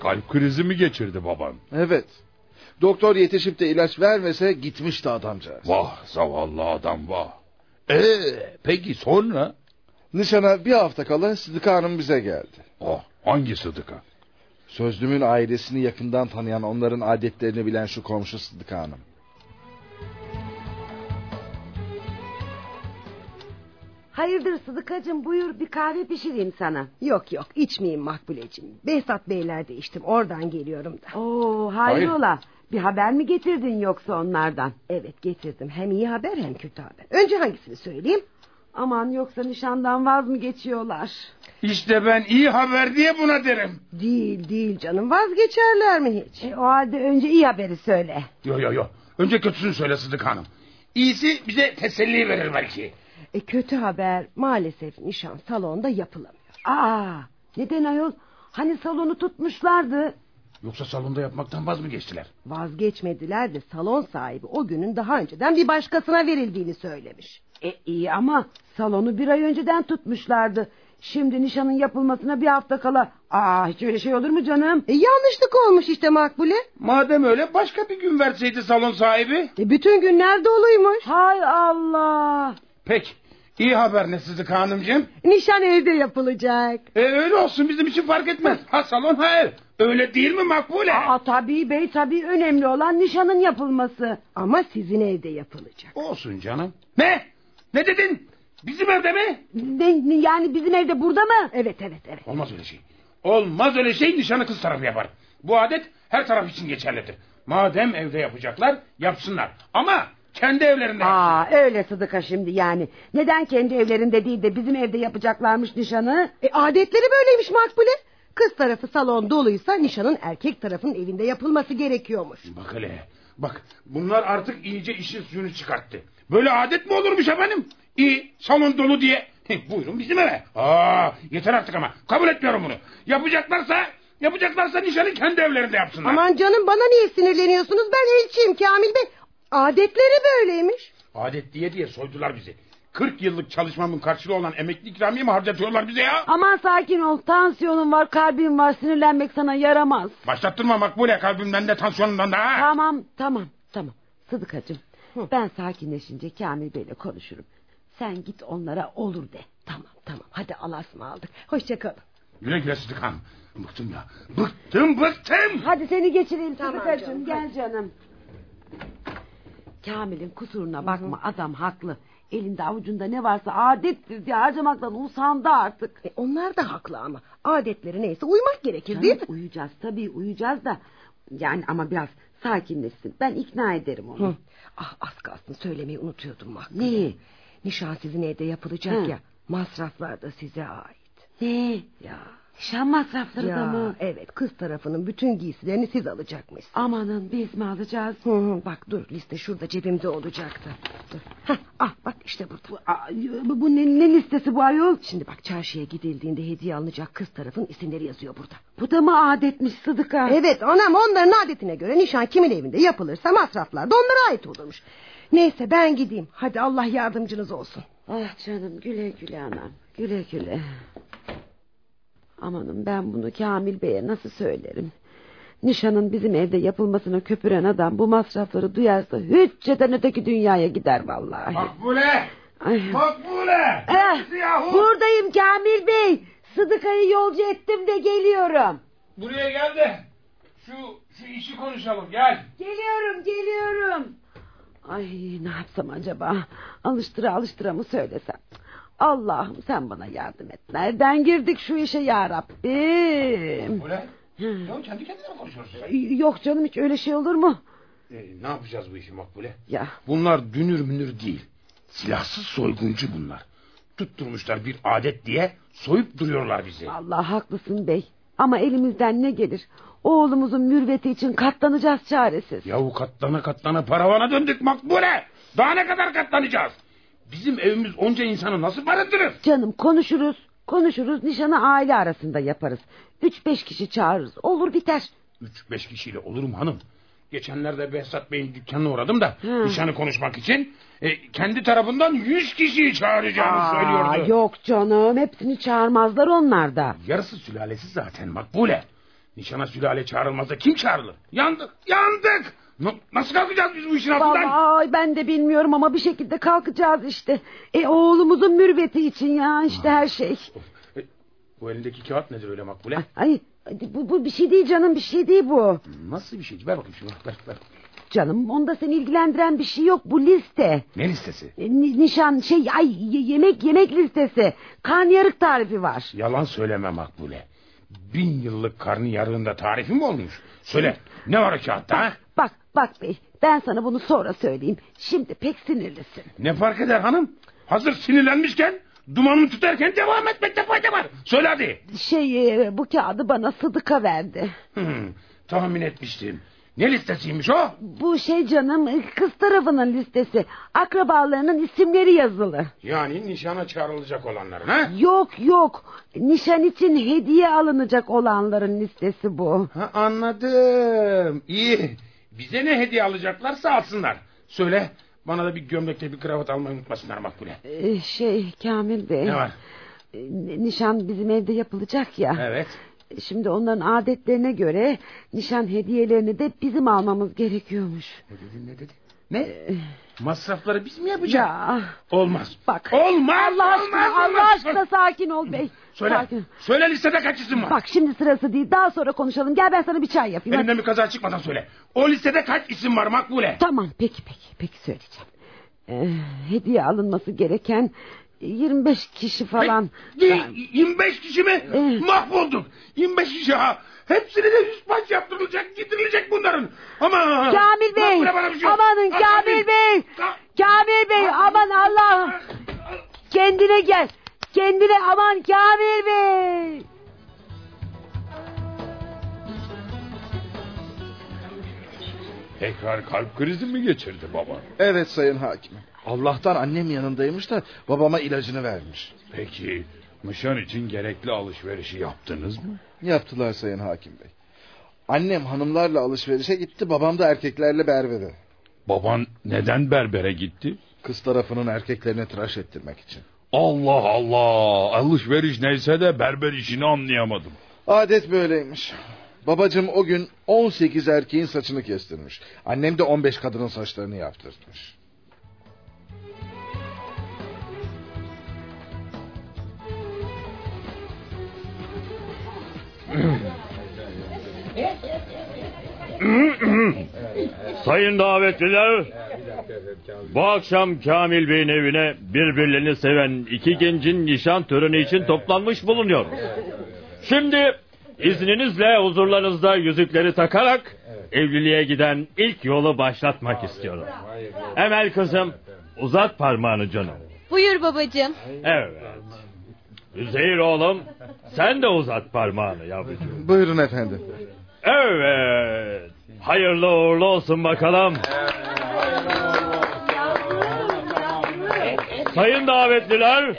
Kalp krizi mi geçirdi baban?
Evet. Doktor yetişip de ilaç vermese gitmişti adamcağız.
Vah zavallı adam vah. Ee, peki sonra?
Nişana bir hafta kala Sıdıka Hanım bize geldi.
Oh, hangi Sıdık'a?
Sözlümün ailesini yakından tanıyan onların adetlerini bilen şu komşu Sıdıka Hanım.
Hayırdır Sıdıkacığım buyur bir kahve pişireyim sana.
Yok yok içmeyeyim Makbuleciğim. Behzat Beyler'de içtim oradan geliyorum da.
Oo hayrola. Bir haber mi getirdin yoksa onlardan?
Evet getirdim hem iyi haber hem kötü haber. Önce hangisini söyleyeyim?
Aman yoksa nişandan vaz mı geçiyorlar?
İşte ben iyi haber diye buna derim.
Değil değil canım vazgeçerler mi hiç?
E, o halde önce iyi haberi söyle.
Yo yo yo. Önce kötüsünü söyle Sıdık Hanım. İyisi bize teselli verir belki.
E, kötü haber maalesef nişan salonda yapılamıyor.
Aa neden ayol? Hani salonu tutmuşlardı.
Yoksa salonda yapmaktan vaz mı geçtiler?
Vazgeçmediler de salon sahibi o günün daha önceden bir başkasına verildiğini söylemiş.
E iyi ama salonu bir ay önceden tutmuşlardı. Şimdi nişanın yapılmasına bir hafta kala. Aa hiç öyle şey olur mu canım?
E, yanlışlık olmuş işte Makbule.
Madem öyle başka bir gün verseydi salon sahibi.
E, bütün günler doluymuş.
Hay Allah.
Peki. iyi haber ne Sıdık Hanımcığım?
Nişan evde yapılacak.
E, öyle olsun bizim için fark etmez. Ha salon ha ev. Öyle değil mi Makbule?
Aa tabii bey tabii önemli olan nişanın yapılması.
Ama sizin evde yapılacak.
Olsun canım. Ne? Ne dedin? Bizim evde mi?
Ne, ne- yani bizim evde burada mı?
Evet evet evet.
Olmaz öyle şey. Olmaz öyle şey nişanı kız tarafı yapar. Bu adet her taraf için geçerlidir. Madem evde yapacaklar yapsınlar. Ama kendi evlerinde yapsınlar.
Aa öyle Sıdıka şimdi yani. Neden kendi evlerinde değil de bizim evde yapacaklarmış nişanı?
E, adetleri böyleymiş Makbule. Kız tarafı salon doluysa nişanın erkek tarafının evinde yapılması gerekiyormuş.
Bak hele. Bak bunlar artık iyice işin suyunu çıkarttı. Böyle adet mi olurmuş efendim? İyi salon dolu diye. Heh, Buyurun bizim eve. Aa, yeter artık ama. Kabul etmiyorum bunu. Yapacaklarsa yapacaklarsa nişanı kendi evlerinde yapsınlar.
Aman canım bana niye sinirleniyorsunuz? Ben elçiyim Kamil Bey. Adetleri böyleymiş.
Adet diye diye soydular bizi. 40 yıllık çalışmamın karşılığı olan emekli ikramiye mi harcatıyorlar bize ya?
Aman sakin ol tansiyonun var kalbin var sinirlenmek sana yaramaz.
Başlattırma Makbule kalbimden de tansiyonumdan da ha.
Tamam tamam tamam Sıdıkacığım ben sakinleşince Kamil Bey'le konuşurum. Sen git onlara olur de.
Tamam tamam hadi alasma aldık. Hoşçakalın.
Güle güle Sıdık Hanım. Bıktım ya. Bıktım bıktım.
Hadi seni geçireyim
Tamam
Sıdıkacığım
canım,
gel canım. Kamil'in kusuruna bakma adam haklı. Elinde avucunda ne varsa adettir diye harcamaktan usandı artık.
E, onlar da haklı ama adetleri neyse uymak gerekir değil mi?
Canım, Uyuyacağız tabii uyuyacağız da. Yani ama biraz sakinleşsin. Ben ikna ederim onu.
Hı. Ah az kalsın söylemeyi unutuyordum bak.
Neyi?
Nişan sizin evde yapılacak
Hı.
ya. Masraflar da size ait.
Ne?
Ya.
Nişan masrafları da
ya,
mı?
Evet kız tarafının bütün giysilerini siz alacakmış.
Amanın biz mi alacağız?
Hı hı, bak dur liste şurada cebimde olacaktı. Dur. Hah, ah bak işte burada.
Aa, bu, bu ne, ne listesi bu ayol?
Şimdi bak çarşıya gidildiğinde hediye alınacak kız tarafın isimleri yazıyor burada.
Bu da mı adetmiş Sıdıka?
Evet anam onların adetine göre nişan kimin evinde yapılırsa masraflar da onlara ait olurmuş. Neyse ben gideyim. Hadi Allah yardımcınız olsun.
Ah canım güle güle anam. Güle güle. Amanım ben bunu Kamil Bey'e nasıl söylerim? Nişanın bizim evde yapılmasına köpüren adam bu masrafları duyarsa hücceden öteki dünyaya gider vallahi.
Makbule.
Ay.
Makbule.
Eh,
Siz yahu.
buradayım Kamil Bey. Sıdıka'yı yolcu ettim de geliyorum.
Buraya gel de şu, şu işi konuşalım gel.
Geliyorum, geliyorum. Ay ne yapsam acaba? Alıştıra alıştıra mı söylesem? Allah'ım sen bana yardım et. Nereden girdik şu işe ya Rabbim?
Makbule. Ya kendi kendine mi konuşuyorsun sen?
Yok canım hiç öyle şey olur mu?
Ee, ne yapacağız bu işi Makbule?
Ya
Bunlar dünür münür değil. Silahsız soyguncu bunlar. Tutturmuşlar bir adet diye soyup duruyorlar bizi.
vallahi haklısın bey. Ama elimizden ne gelir? Oğlumuzun mürveti için katlanacağız çaresiz.
Yahu katlana katlana paravana döndük Makbule. Daha ne kadar katlanacağız? Bizim evimiz onca insanı nasıl barındırır?
Canım konuşuruz. Konuşuruz nişanı aile arasında yaparız. Üç beş kişi çağırırız olur biter.
Üç beş kişiyle olur mu hanım? Geçenlerde Behzat Bey'in dükkanına uğradım da
Hı.
nişanı konuşmak için e, kendi tarafından yüz kişiyi çağıracağını
Aa,
söylüyordu.
yok canım hepsini çağırmazlar onlar da.
Yarısı sülalesi zaten makbule. Nişana sülale çağrılmazsa kim çağrılır? Yandık, yandık. Na- nasıl kalkacağız biz bu işin altından?
Vallahi ben de bilmiyorum ama bir şekilde kalkacağız işte. E oğlumuzun mürveti için ya işte her şey.
Bu elindeki kağıt nedir öyle makbule?
Ay bu, bu bir şey değil canım bir şey değil bu.
Nasıl bir şey? Ver bakayım şunu. Ver, ver.
Canım onda seni ilgilendiren bir şey yok bu liste.
Ne listesi?
E, ni- nişan şey ay ye- yemek yemek listesi. Karnıyarık tarifi var.
Yalan söyleme makbule. Bin yıllık karnı yarığında tarifi mi olmuş? Söyle ne var o kağıtta ha?
Bak bak bey ben sana bunu sonra söyleyeyim. Şimdi pek sinirlisin.
Ne fark eder hanım? Hazır sinirlenmişken dumanını tutarken devam etmekte fayda var. Söyle hadi.
Şey e, bu kağıdı bana Sıdıka verdi.
Hmm, tahmin etmiştim. Ne listesiymiş o?
Bu şey canım e, kız tarafının listesi. Akrabalarının isimleri yazılı.
Yani nişana çağrılacak olanların ha?
Yok yok. Nişan için hediye alınacak olanların listesi bu.
ha? Anladım. İyi. Bize ne hediye alacaklarsa alsınlar. Söyle bana da bir gömlekle bir kravat almayı unutmasınlar makbule.
Ee, şey Kamil Bey.
Ne var?
e, ni- Nişan bizim evde yapılacak ya.
Evet.
Şimdi onların adetlerine göre nişan hediyelerini de bizim almamız gerekiyormuş.
Ne dedin ne dedin? Ne? Masrafları biz mi
Ee,
yapacağız?
Ya
Olmaz.
bak.
Olmaz.
Allah aşkına
olmaz,
Allah
olmaz.
aşkına sakin ol bey.
Söyle.
Sakin.
Söyle listede kaç isim var?
Bak şimdi sırası değil daha sonra konuşalım. Gel ben sana bir çay yapayım. hadi.
Elimden bir kaza çıkmadan söyle. O listede kaç isim var makbule?
Tamam peki peki peki söyleyeceğim. Ee, hediye alınması gereken 25 kişi falan.
Y- 25 kişi mi?
Evet.
Mahvolduk. 25 kişi ha. Hepsini de üst yaptırılacak, gidirilecek bunların. Ama
Kamil Bey.
Makbule bana bir şey yok.
Amanın
Ha,
Kamil Bey.
Ka-
Kamil Bey aman Allah'ım. Kendine gel. Kendine aman Kamil Bey.
Tekrar kalp krizi mi geçirdi baba?
Evet sayın hakim. Allah'tan annem yanındaymış da babama ilacını vermiş.
Peki nişan için gerekli alışverişi yaptınız mı?
Yaptılar sayın hakim bey. Annem hanımlarla alışverişe gitti babam da erkeklerle berbere.
Baban neden berbere gitti?
Kız tarafının erkeklerine tıraş ettirmek için.
Allah Allah alışveriş neyse de berber işini anlayamadım.
Adet böyleymiş. Babacım o gün 18 erkeğin saçını kestirmiş. Annem de 15 kadının saçlarını yaptırmış.
Sayın davetliler, bu akşam Kamil Bey'in evine birbirlerini seven iki gencin nişan töreni için toplanmış bulunuyoruz. Şimdi izninizle huzurlarınızda yüzükleri takarak evliliğe giden ilk yolu başlatmak istiyorum. Emel kızım, uzat parmağını canım.
Buyur babacığım.
Evet. Üzeyir oğlum, sen de uzat parmağını
[laughs]
yavrucuğum.
Buyurun efendim.
Evet. Hayırlı uğurlu olsun bakalım. Sayın davetliler,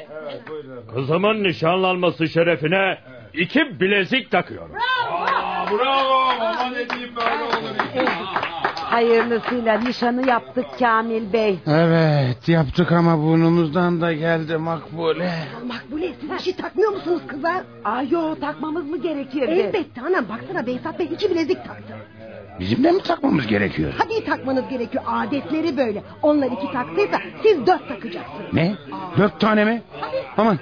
kızımın nişanlanması şerefine iki bilezik takıyorum.
bravo baba dediğim böyle olur.
Hayırlısıyla nişanı yaptık Kamil Bey.
Evet yaptık ama burnumuzdan da geldi makbule.
Makbule siz bir şey takmıyor musunuz kızlar?
Ay yo takmamız mı gerekirdi?
Elbette anam baksana Behzat Bey iki bilezik taktı.
Bizim de mi takmamız gerekiyor?
Hadi takmanız gerekiyor adetleri böyle. Onlar iki taktıysa siz dört takacaksınız.
Ne? Dört tane mi? Aman.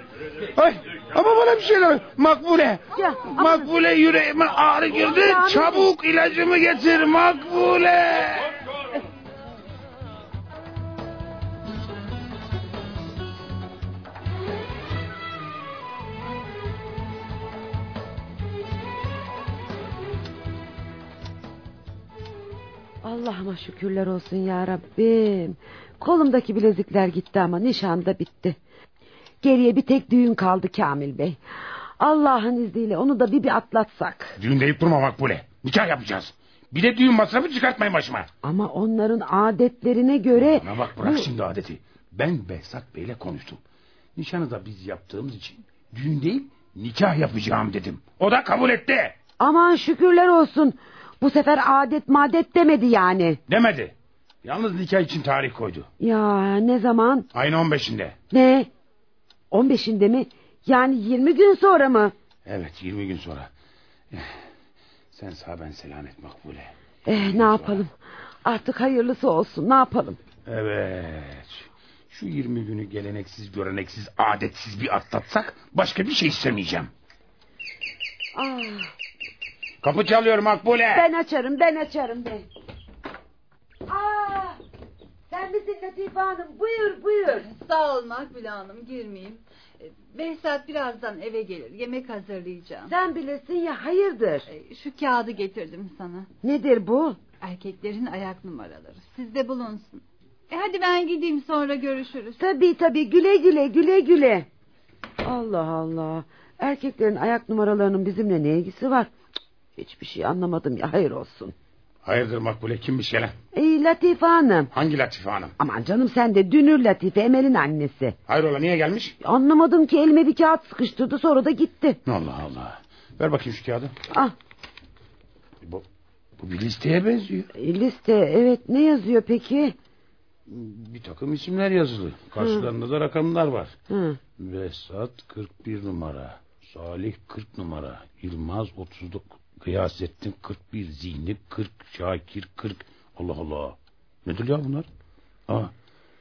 Ay. Ama bana bir şeyler. Makbule.
Ya, ama-
Makbule yüreğime ağrı girdi.
Kamil.
Çabuk ilacımı getir Makbule.
Allah'ıma şükürler olsun ya Rabbim. Kolumdaki bilezikler gitti ama nişan da bitti. Geriye bir tek düğün kaldı Kamil Bey. Allah'ın izniyle onu da bir bir atlatsak.
Düğün deyip durma Makbule. Nikah yapacağız. Bir de düğün masrafı çıkartmayın başıma.
Ama onların adetlerine göre...
Bana bak bırak şimdi adeti. Ben Behzat Bey'le konuştum. Nişanı da biz yaptığımız için
Düğün değil nikah yapacağım dedim. O da kabul etti.
Aman şükürler olsun. Bu sefer adet madet demedi yani.
Demedi. Yalnız nikah için tarih koydu.
Ya ne zaman?
Ayın 15'inde.
Ne? 15'inde mi? Yani 20 gün sonra mı?
Evet 20 gün sonra. Eh, Sen sağ ben selamet makbule.
Eh, ne yapalım? Artık hayırlısı olsun ne yapalım?
Evet. Şu 20 günü geleneksiz, göreneksiz, adetsiz bir atlatsak başka bir şey istemeyeceğim.
Ah,
Kapı çalıyor Makbule.
ben açarım ben açarım ben. Aa, sen misin Latife Hanım? Buyur buyur.
Sağ ol Makbule Hanım girmeyeyim. Ee, Behzat birazdan eve gelir. Yemek hazırlayacağım.
Sen bilirsin ya hayırdır?
Ee, Şu kağıdı getirdim sana.
Nedir bu?
Erkeklerin ayak numaraları. Sizde bulunsun. E hadi ben gideyim sonra görüşürüz.
Tabii tabii güle güle güle güle. Allah Allah. Erkeklerin ayak numaralarının bizimle ne ilgisi var? Cık, Hiçbir şey anlamadım ya hayır olsun.
Hayırdır Makbule kimmiş gelen?
Ey Latife Hanım.
Hangi Latife Hanım?
Aman canım sen de dünür Latife Emel'in annesi.
Hayrola niye gelmiş?
Anlamadım ki elime bir kağıt sıkıştırdı sonra da gitti.
Allah Allah. Ver bakayım şu kağıdı.
Ah
Bu, bu bir listeye benziyor.
E, liste evet ne yazıyor peki?
Bir takım isimler yazılı. Karşılarında da rakamlar var.
Hı.
Vesat 41 numara. Salih 40 numara. Yılmaz 39. Gıyasettin 41. Zihni 40. Şakir 40. Allah Allah. Nedir ya bunlar? Aa,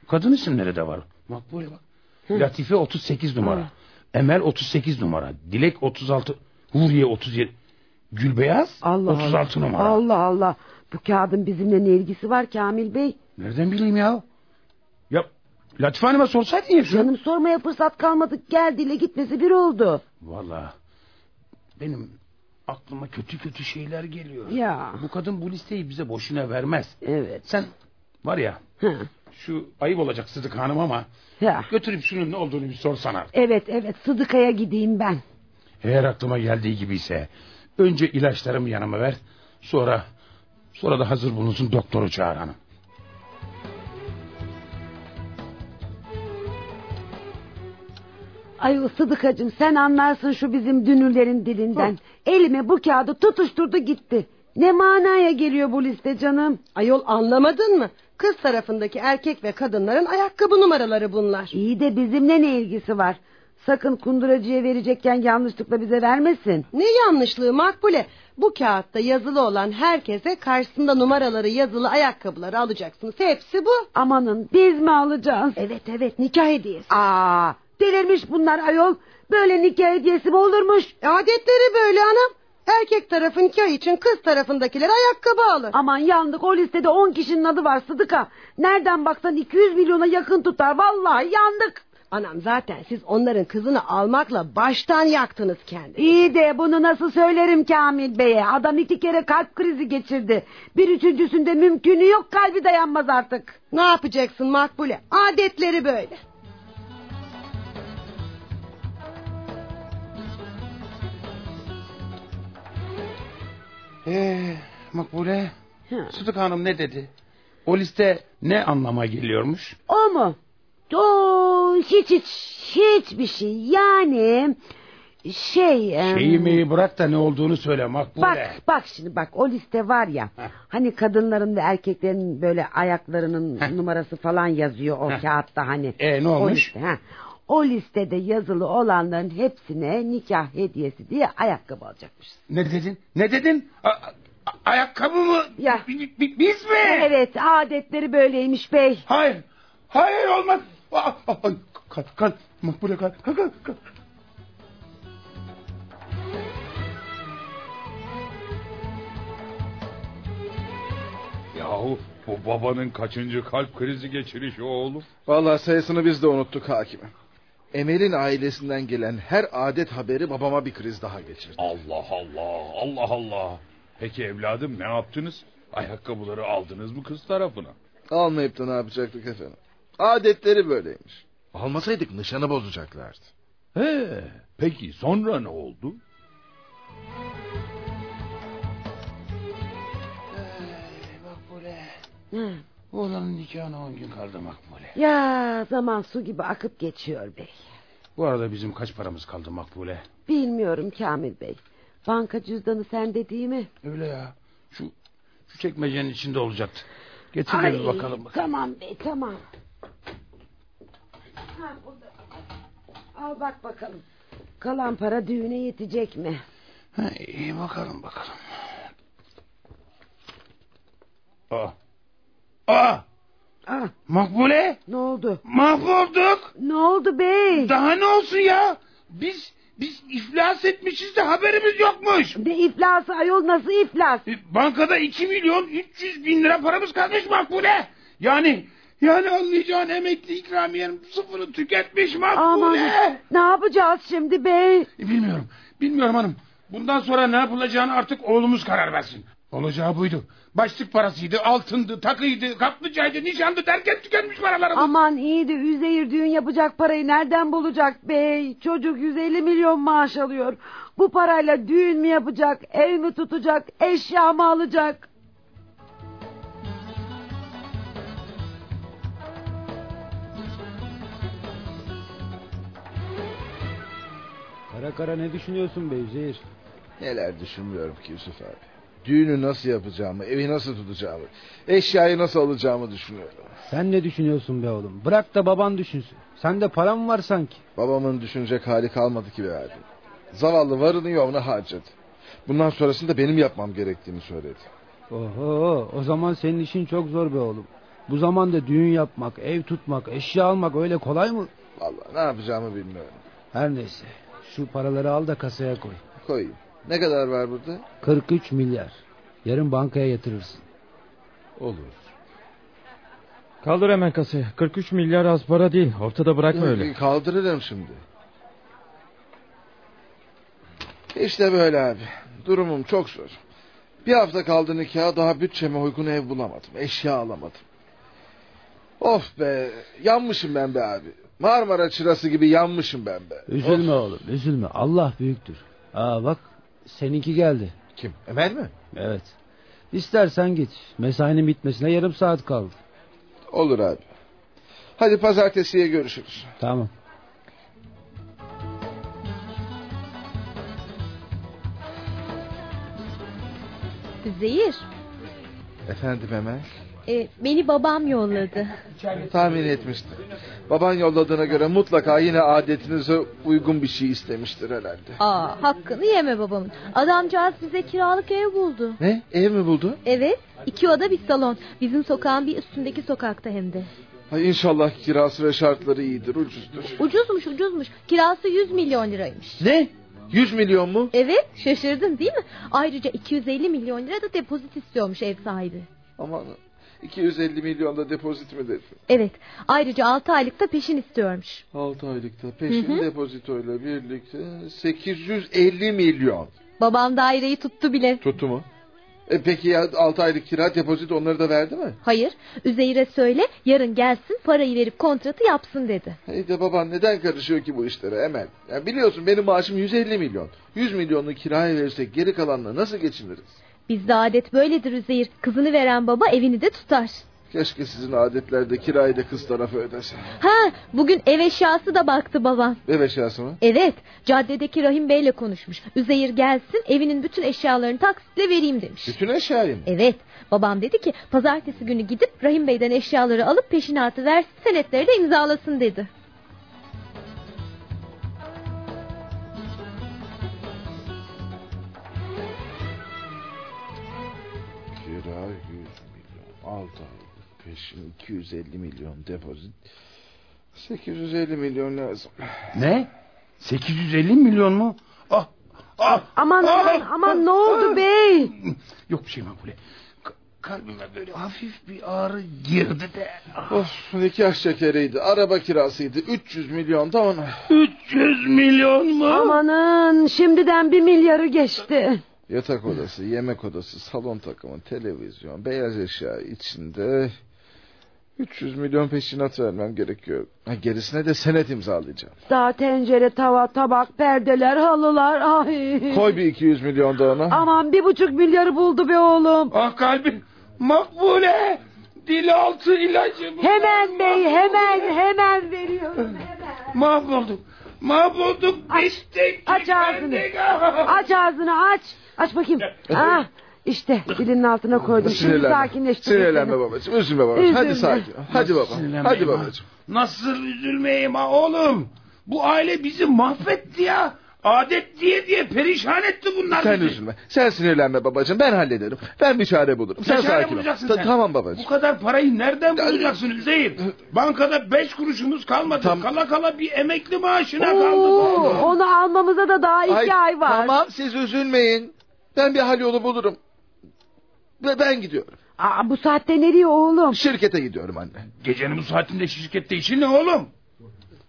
kadın isimleri de var. Bak böyle bak. Latife 38 numara. Emel 38 numara. Dilek 36. Huriye 37. Gülbeyaz
Allah
36
Allah.
numara.
Allah Allah. Bu kağıdın bizimle ne ilgisi var Kamil Bey?
Nereden bileyim ya? Ya Latife Hanım'a sorsaydın ya şunu.
Canım sormaya fırsat kalmadı. Geldiyle gitmesi bir oldu.
Valla benim aklıma kötü kötü şeyler geliyor.
Ya.
Bu kadın bu listeyi bize boşuna vermez.
Evet.
Sen var ya
Hı.
şu ayıp olacak Sıdık Hanım ama
Ya.
götürüp şunun ne olduğunu bir sorsana.
Evet evet Sıdıka'ya gideyim ben.
Eğer aklıma geldiği gibi ise önce ilaçlarımı yanıma ver sonra sonra da hazır bulunsun doktoru çağır hanım.
Ay o Sıdıkacığım sen anlarsın şu bizim dünürlerin dilinden.
Oh.
Elime bu kağıdı tutuşturdu gitti. Ne manaya geliyor bu liste canım?
Ayol anlamadın mı? Kız tarafındaki erkek ve kadınların ayakkabı numaraları bunlar.
İyi de bizimle ne ilgisi var? Sakın kunduracıya verecekken yanlışlıkla bize vermesin.
Ne yanlışlığı makbule? Bu kağıtta yazılı olan herkese karşısında numaraları yazılı ayakkabıları alacaksınız. Hepsi bu.
Amanın biz mi alacağız?
Evet evet nikah hediyesi.
Aa, delirmiş bunlar ayol. Böyle nikah hediyesi mi olurmuş?
E, Adetleri böyle anam. Erkek tarafın nikah için kız tarafındakiler ayakkabı alır.
Aman yandık o listede 10 kişinin adı var Sıdıka. Nereden baksan 200 milyona yakın tutar. Vallahi yandık.
Anam zaten siz onların kızını almakla baştan yaktınız kendini.
İyi de bunu nasıl söylerim Kamil Bey'e? Adam iki kere kalp krizi geçirdi. Bir üçüncüsünde mümkünü yok kalbi dayanmaz artık.
Ne yapacaksın makbule? Adetleri böyle.
Ee, Makbule Sıdık Hanım ne dedi? O liste ne anlama geliyormuş?
O mu? O hiç hiç hiçbir şey yani şey... em,
Şeyi meyi bırak da ne olduğunu söyle Makbule.
Bak bak şimdi bak o liste var ya
Heh.
hani kadınların ve erkeklerin böyle ayaklarının
Heh.
numarası falan yazıyor o
Heh.
kağıtta hani.
E, ne
O,
olmuş?
liste, ha. o listede yazılı olanların hepsine nikah hediyesi diye ayakkabı alacakmışız.
Ne dedin? Ne dedin? A- a- ayakkabı mı?
Ya.
Bi- bi- biz mi?
Evet adetleri böyleymiş bey.
Hayır. Hayır olmaz. Aa, aa, ay, kalk kalk. Makbule kalk. Kalk kalk. kalk.
Yahu bu babanın kaçıncı kalp krizi geçirişi oğlum?
Vallahi sayısını biz de unuttuk hakime. Emel'in ailesinden gelen her adet haberi babama bir kriz daha geçirdi.
Allah Allah Allah Allah. Peki evladım ne yaptınız? Ayakkabıları aldınız mı kız tarafına?
Almayıp da ne yapacaktık efendim? Adetleri böyleymiş. Almasaydık nişanı bozacaklardı.
He, peki sonra ne oldu?
Makbule. Oğlanın nikahına on gün kaldı Makbule.
Ya zaman su gibi akıp geçiyor bey.
Bu arada bizim kaç paramız kaldı Makbule?
Bilmiyorum Kamil Bey. Banka cüzdanı sende değil mi?
Öyle ya. Şu, şu çekmecenin içinde olacaktı. Getir de
Ay,
bir bakalım.
Tamam be tamam. Ha, burada. Al bak bakalım. Kalan para düğüne yetecek mi?
Ha, iyi bakalım bakalım. Aa. Aa!
Ah,
Makbule!
ne oldu?
Mahvolduk!
Ne oldu bey?
Daha ne olsun ya? Biz biz iflas etmişiz de haberimiz yokmuş.
Ne iflası ayol nasıl iflas?
E, Bankada 2 milyon 300 bin lira paramız kalmış Makbule. Yani yani anlayacağın emekli ikramiyem sıfırı tüketmiş
Aman
Makbule.
ne yapacağız şimdi bey?
E, Bilmiyorum. Bilmiyorum hanım. Bundan sonra ne yapılacağını artık oğlumuz karar versin. Olacağı buydu. Başlık parasıydı, altındı, takıydı, kaplıcaydı, nişandı derken tükenmiş paralarımız.
Aman iyi de Üzeyir düğün yapacak parayı nereden bulacak bey? Çocuk 150 milyon maaş alıyor. Bu parayla düğün mü yapacak, ev mi tutacak, eşya mı alacak?
Kara kara ne düşünüyorsun be Üzeyir?
Neler düşünmüyorum ki Yusuf abi. Düğünü nasıl yapacağımı, evi nasıl tutacağımı, eşyayı nasıl alacağımı düşünüyorum.
Sen ne düşünüyorsun be oğlum? Bırak da baban düşünsün. Sende param var sanki.
Babamın düşünecek hali kalmadı ki be abi. Zavallı varını yoğunu harcadı. Bundan sonrasında benim yapmam gerektiğini söyledi.
Oho o zaman senin işin çok zor be oğlum. Bu zamanda düğün yapmak, ev tutmak, eşya almak öyle kolay mı?
Vallahi ne yapacağımı bilmiyorum.
Her neyse. Şu paraları al da kasaya koy.
Koyayım. Ne kadar var burada?
43 milyar. Yarın bankaya yatırırsın.
Olur.
Kaldır hemen kasayı. 43 milyar az para değil. Ortada bırakma öyle.
Kaldırırım şimdi. İşte böyle abi. Durumum çok zor. Bir hafta kaldı nikaha daha bütçeme uygun ev bulamadım. Eşya alamadım. Of be yanmışım ben be abi. Marmara çırası gibi yanmışım ben be.
Üzülme oğlum üzülme. Allah büyüktür. Aa bak seninki geldi.
Kim? Emel mi?
Evet. İstersen git. Mesainin bitmesine yarım saat kaldı.
Olur abi. Hadi pazartesiye görüşürüz.
Tamam.
Zehir,
Efendim Emel?
e, beni babam yolladı.
Tahmin etmiştim. Baban yolladığına göre mutlaka yine adetinize uygun bir şey istemiştir herhalde.
Aa, hakkını yeme babamın. Adamcağız bize kiralık ev buldu.
Ne? Ev mi buldu?
Evet, iki oda bir salon. Bizim sokağın bir üstündeki sokakta hem de.
Ay inşallah kirası ve şartları iyidir, ucuzdur.
Ucuzmuş ucuzmuş. Kirası 100 milyon liraymış.
Ne? 100 milyon mu?
Evet, şaşırdın değil mi? Ayrıca 250 milyon lira da depozit istiyormuş ev sahibi.
Aman 250 milyon da depozit mi dedi?
Evet, ayrıca 6 aylıkta peşin istiyormuş.
6 aylıkta peşin depozitoyla birlikte 850 milyon.
Babam daireyi tuttu bile.
Tuttu mu? E peki ya 6 aylık kira depozit onları da verdi mi?
Hayır, Üzeyir'e söyle yarın gelsin parayı verip kontratı yapsın dedi.
Hey E de baban neden karışıyor ki bu işlere Emel? Ya biliyorsun benim maaşım 150 milyon. 100 milyonunu kiraya verirsek geri kalanla nasıl geçiniriz?
Bizde adet böyledir Üzeyir. Kızını veren baba evini de tutar.
Keşke sizin adetlerde kirayı da kız tarafı ödese.
Ha, bugün ev eşyası da baktı babam.
Ev eşyası mı?
Evet, caddedeki Rahim Bey'le konuşmuş. Üzeyir gelsin, evinin bütün eşyalarını taksitle vereyim demiş.
Bütün eşyayı mı?
Evet, babam dedi ki pazartesi günü gidip Rahim Bey'den eşyaları alıp peşinatı versin, senetleri de imzalasın dedi.
Kira 100 milyon. 6 aylık peşin 250 milyon depozit. 850 milyon lazım.
Ne? 850 milyon mu? Ah! Ah!
Aman
ah,
aman aman ne oldu
ah.
bey?
Yok bir şey Makbule. Ka- Kalbime böyle hafif bir ağrı girdi de. Ah,
Of Oh, nikah şekeriydi, araba kirasıydı, 300 milyon da ona.
300 milyon mu?
Amanın şimdiden bir milyarı geçti.
Yatak odası, yemek odası, salon takımı, televizyon, beyaz eşya içinde 300 milyon peşinat vermem gerekiyor. Ha, gerisine de senet imzalayacağım.
Daha tencere, tava, tabak, perdeler, halılar. Ay.
Koy bir 200 milyon da ona.
Aman bir buçuk milyarı buldu be oğlum.
Ah kalbim. Makbule. Dil altı ilacı. bu.
Hemen bey hemen hemen veriyorum.
Mahvolduk. Mahvolduk
bittik. Aç ağzını. Aç ağzını aç. Aç bakayım. Ah, işte dilinin altına koydum. Şimdi
Sinirlenme.
sakinleştir.
Sinirlenme babacığım. Üzülme babacığım. Hadi
Üzülme.
sakin. ol. Hadi baba. Hadi babacığım.
Nasıl üzülmeyeyim ha oğlum? Bu aile bizi mahvetti ya. Adet diye diye perişan etti bunlar
Sen
bizi.
üzülme. Sen sinirlenme babacığım. Ben hallederim. Ben bir çare bulurum. Sen
Ne çare
sakin ol.
bulacaksın
Ta-
sen?
Tamam
Bu
babacığım.
kadar parayı nereden bulacaksın Üzeyir? Bankada beş kuruşumuz kalmadı.
Tam-
Kala kala bir emekli maaşına
Oo,
kaldık.
onu almamıza da daha iki ay,
Ay,
var.
Tamam siz üzülmeyin. Ben bir hal yolu bulurum. Ve ben gidiyorum.
Aa, bu saatte nereye oğlum?
Şirkete gidiyorum anne.
Gecenin bu saatinde şirkette işin ne oğlum?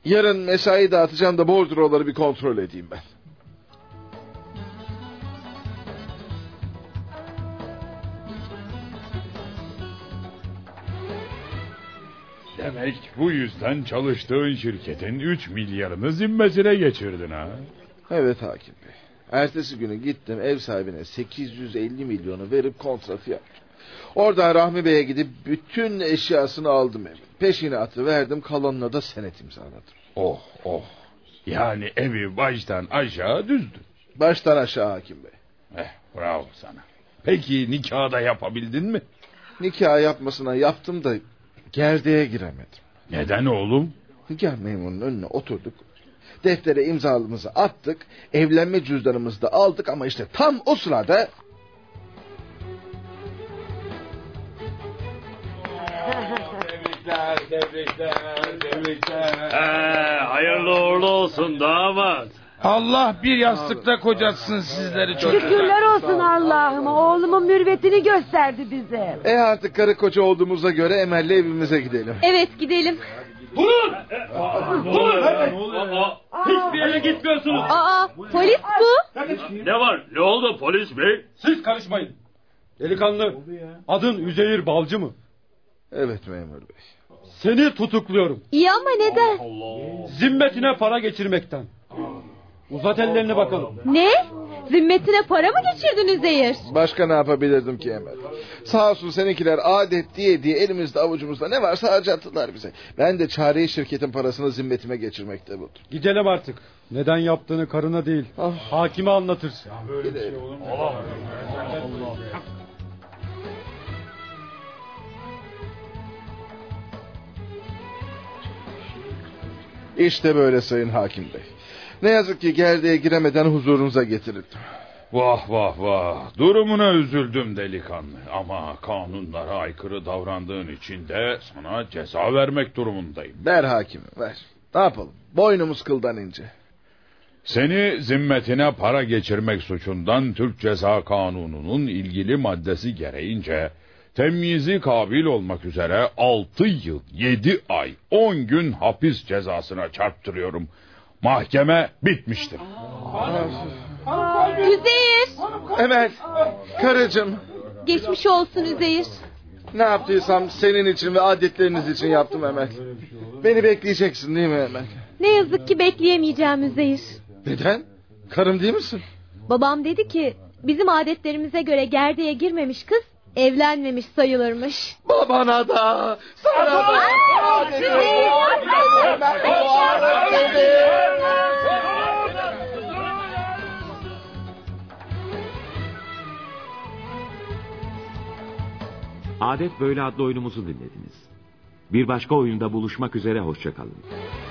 Yarın mesai dağıtacağım da bordroları bir kontrol edeyim ben.
Demek bu yüzden çalıştığın şirketin 3 milyarını zimmesine geçirdin ha.
Evet hakim bey. Ertesi günü gittim ev sahibine 850 milyonu verip kontratı yaptım. Oradan Rahmi Bey'e gidip bütün eşyasını aldım evin. Peşine atı verdim kalanına da senet imzaladım.
Oh oh. Yani evi baştan aşağı düzdün.
Baştan aşağı hakim bey.
Eh bravo sana. Peki nikahı da yapabildin mi?
Nikah yapmasına yaptım da gerdeğe giremedim.
Neden oğlum?
Nikah memurunun önüne oturduk. Deftere imzalımızı attık. Evlenme cüzdanımızı da aldık ama işte tam o sırada...
Tebrikler, tebrikler, tebrikler.
hayırlı uğurlu olsun damat.
Allah bir yastıkta kocatsın sizleri çocuklar.
Şükürler olsun Allah'ıma. Oğlumun mürvetini gösterdi bize.
E artık karı koca olduğumuza göre Emel'le evimize gidelim.
Evet gidelim.
Durun! Durun! Aa, Hiçbir yere gitmiyorsunuz.
Aa polis bu.
Ne var? Ne oldu polis bey?
Siz karışmayın. Delikanlı, adın Üzeyir Balcı mı?
Evet memur bey.
Seni tutukluyorum.
İyi ama neden?
Zimmetine para geçirmekten. Uzat ellerini bakalım.
Ne? Zimmetine para mı geçirdiniz Zehir?
Başka ne yapabilirdim ki Emel? Sağ olsun seninkiler adet diye diye elimizde avucumuzda ne varsa harcattılar bize. Ben de çareyi şirketin parasını zimmetime geçirmekte buldum. Ah.
Gidelim artık. Neden yaptığını karına değil, hakime anlatırsın.
İşte böyle sayın hakim bey. Ne yazık ki gerdeğe giremeden huzurunuza getirildim.
Vah vah vah. Durumuna üzüldüm delikanlı. Ama kanunlara aykırı davrandığın için de sana ceza vermek durumundayım.
Ver hakimi ver. Ne yapalım? Boynumuz kıldan ince.
Seni zimmetine para geçirmek suçundan Türk Ceza Kanunu'nun ilgili maddesi gereğince temyizi kabil olmak üzere 6 yıl 7 ay 10 gün hapis cezasına çarptırıyorum. Mahkeme bitmiştir.
Üzeyir.
Emel, karıcığım
Geçmiş olsun Üzeyir.
ne yaptıysam senin için ve adetleriniz için yaptım Emel. Beni bekleyeceksin değil mi Emel?
Ne yazık ki bekleyemeyeceğim Üzeyir.
Neden? Karım değil misin?
Babam dedi ki bizim adetlerimize göre gerdeğe girmemiş kız evlenmemiş sayılırmış.
Babana da, sana da. Hadi Emel, kovalasın beni.
Adet Böyle adlı oyunumuzu dinlediniz. Bir başka oyunda buluşmak üzere hoşçakalın.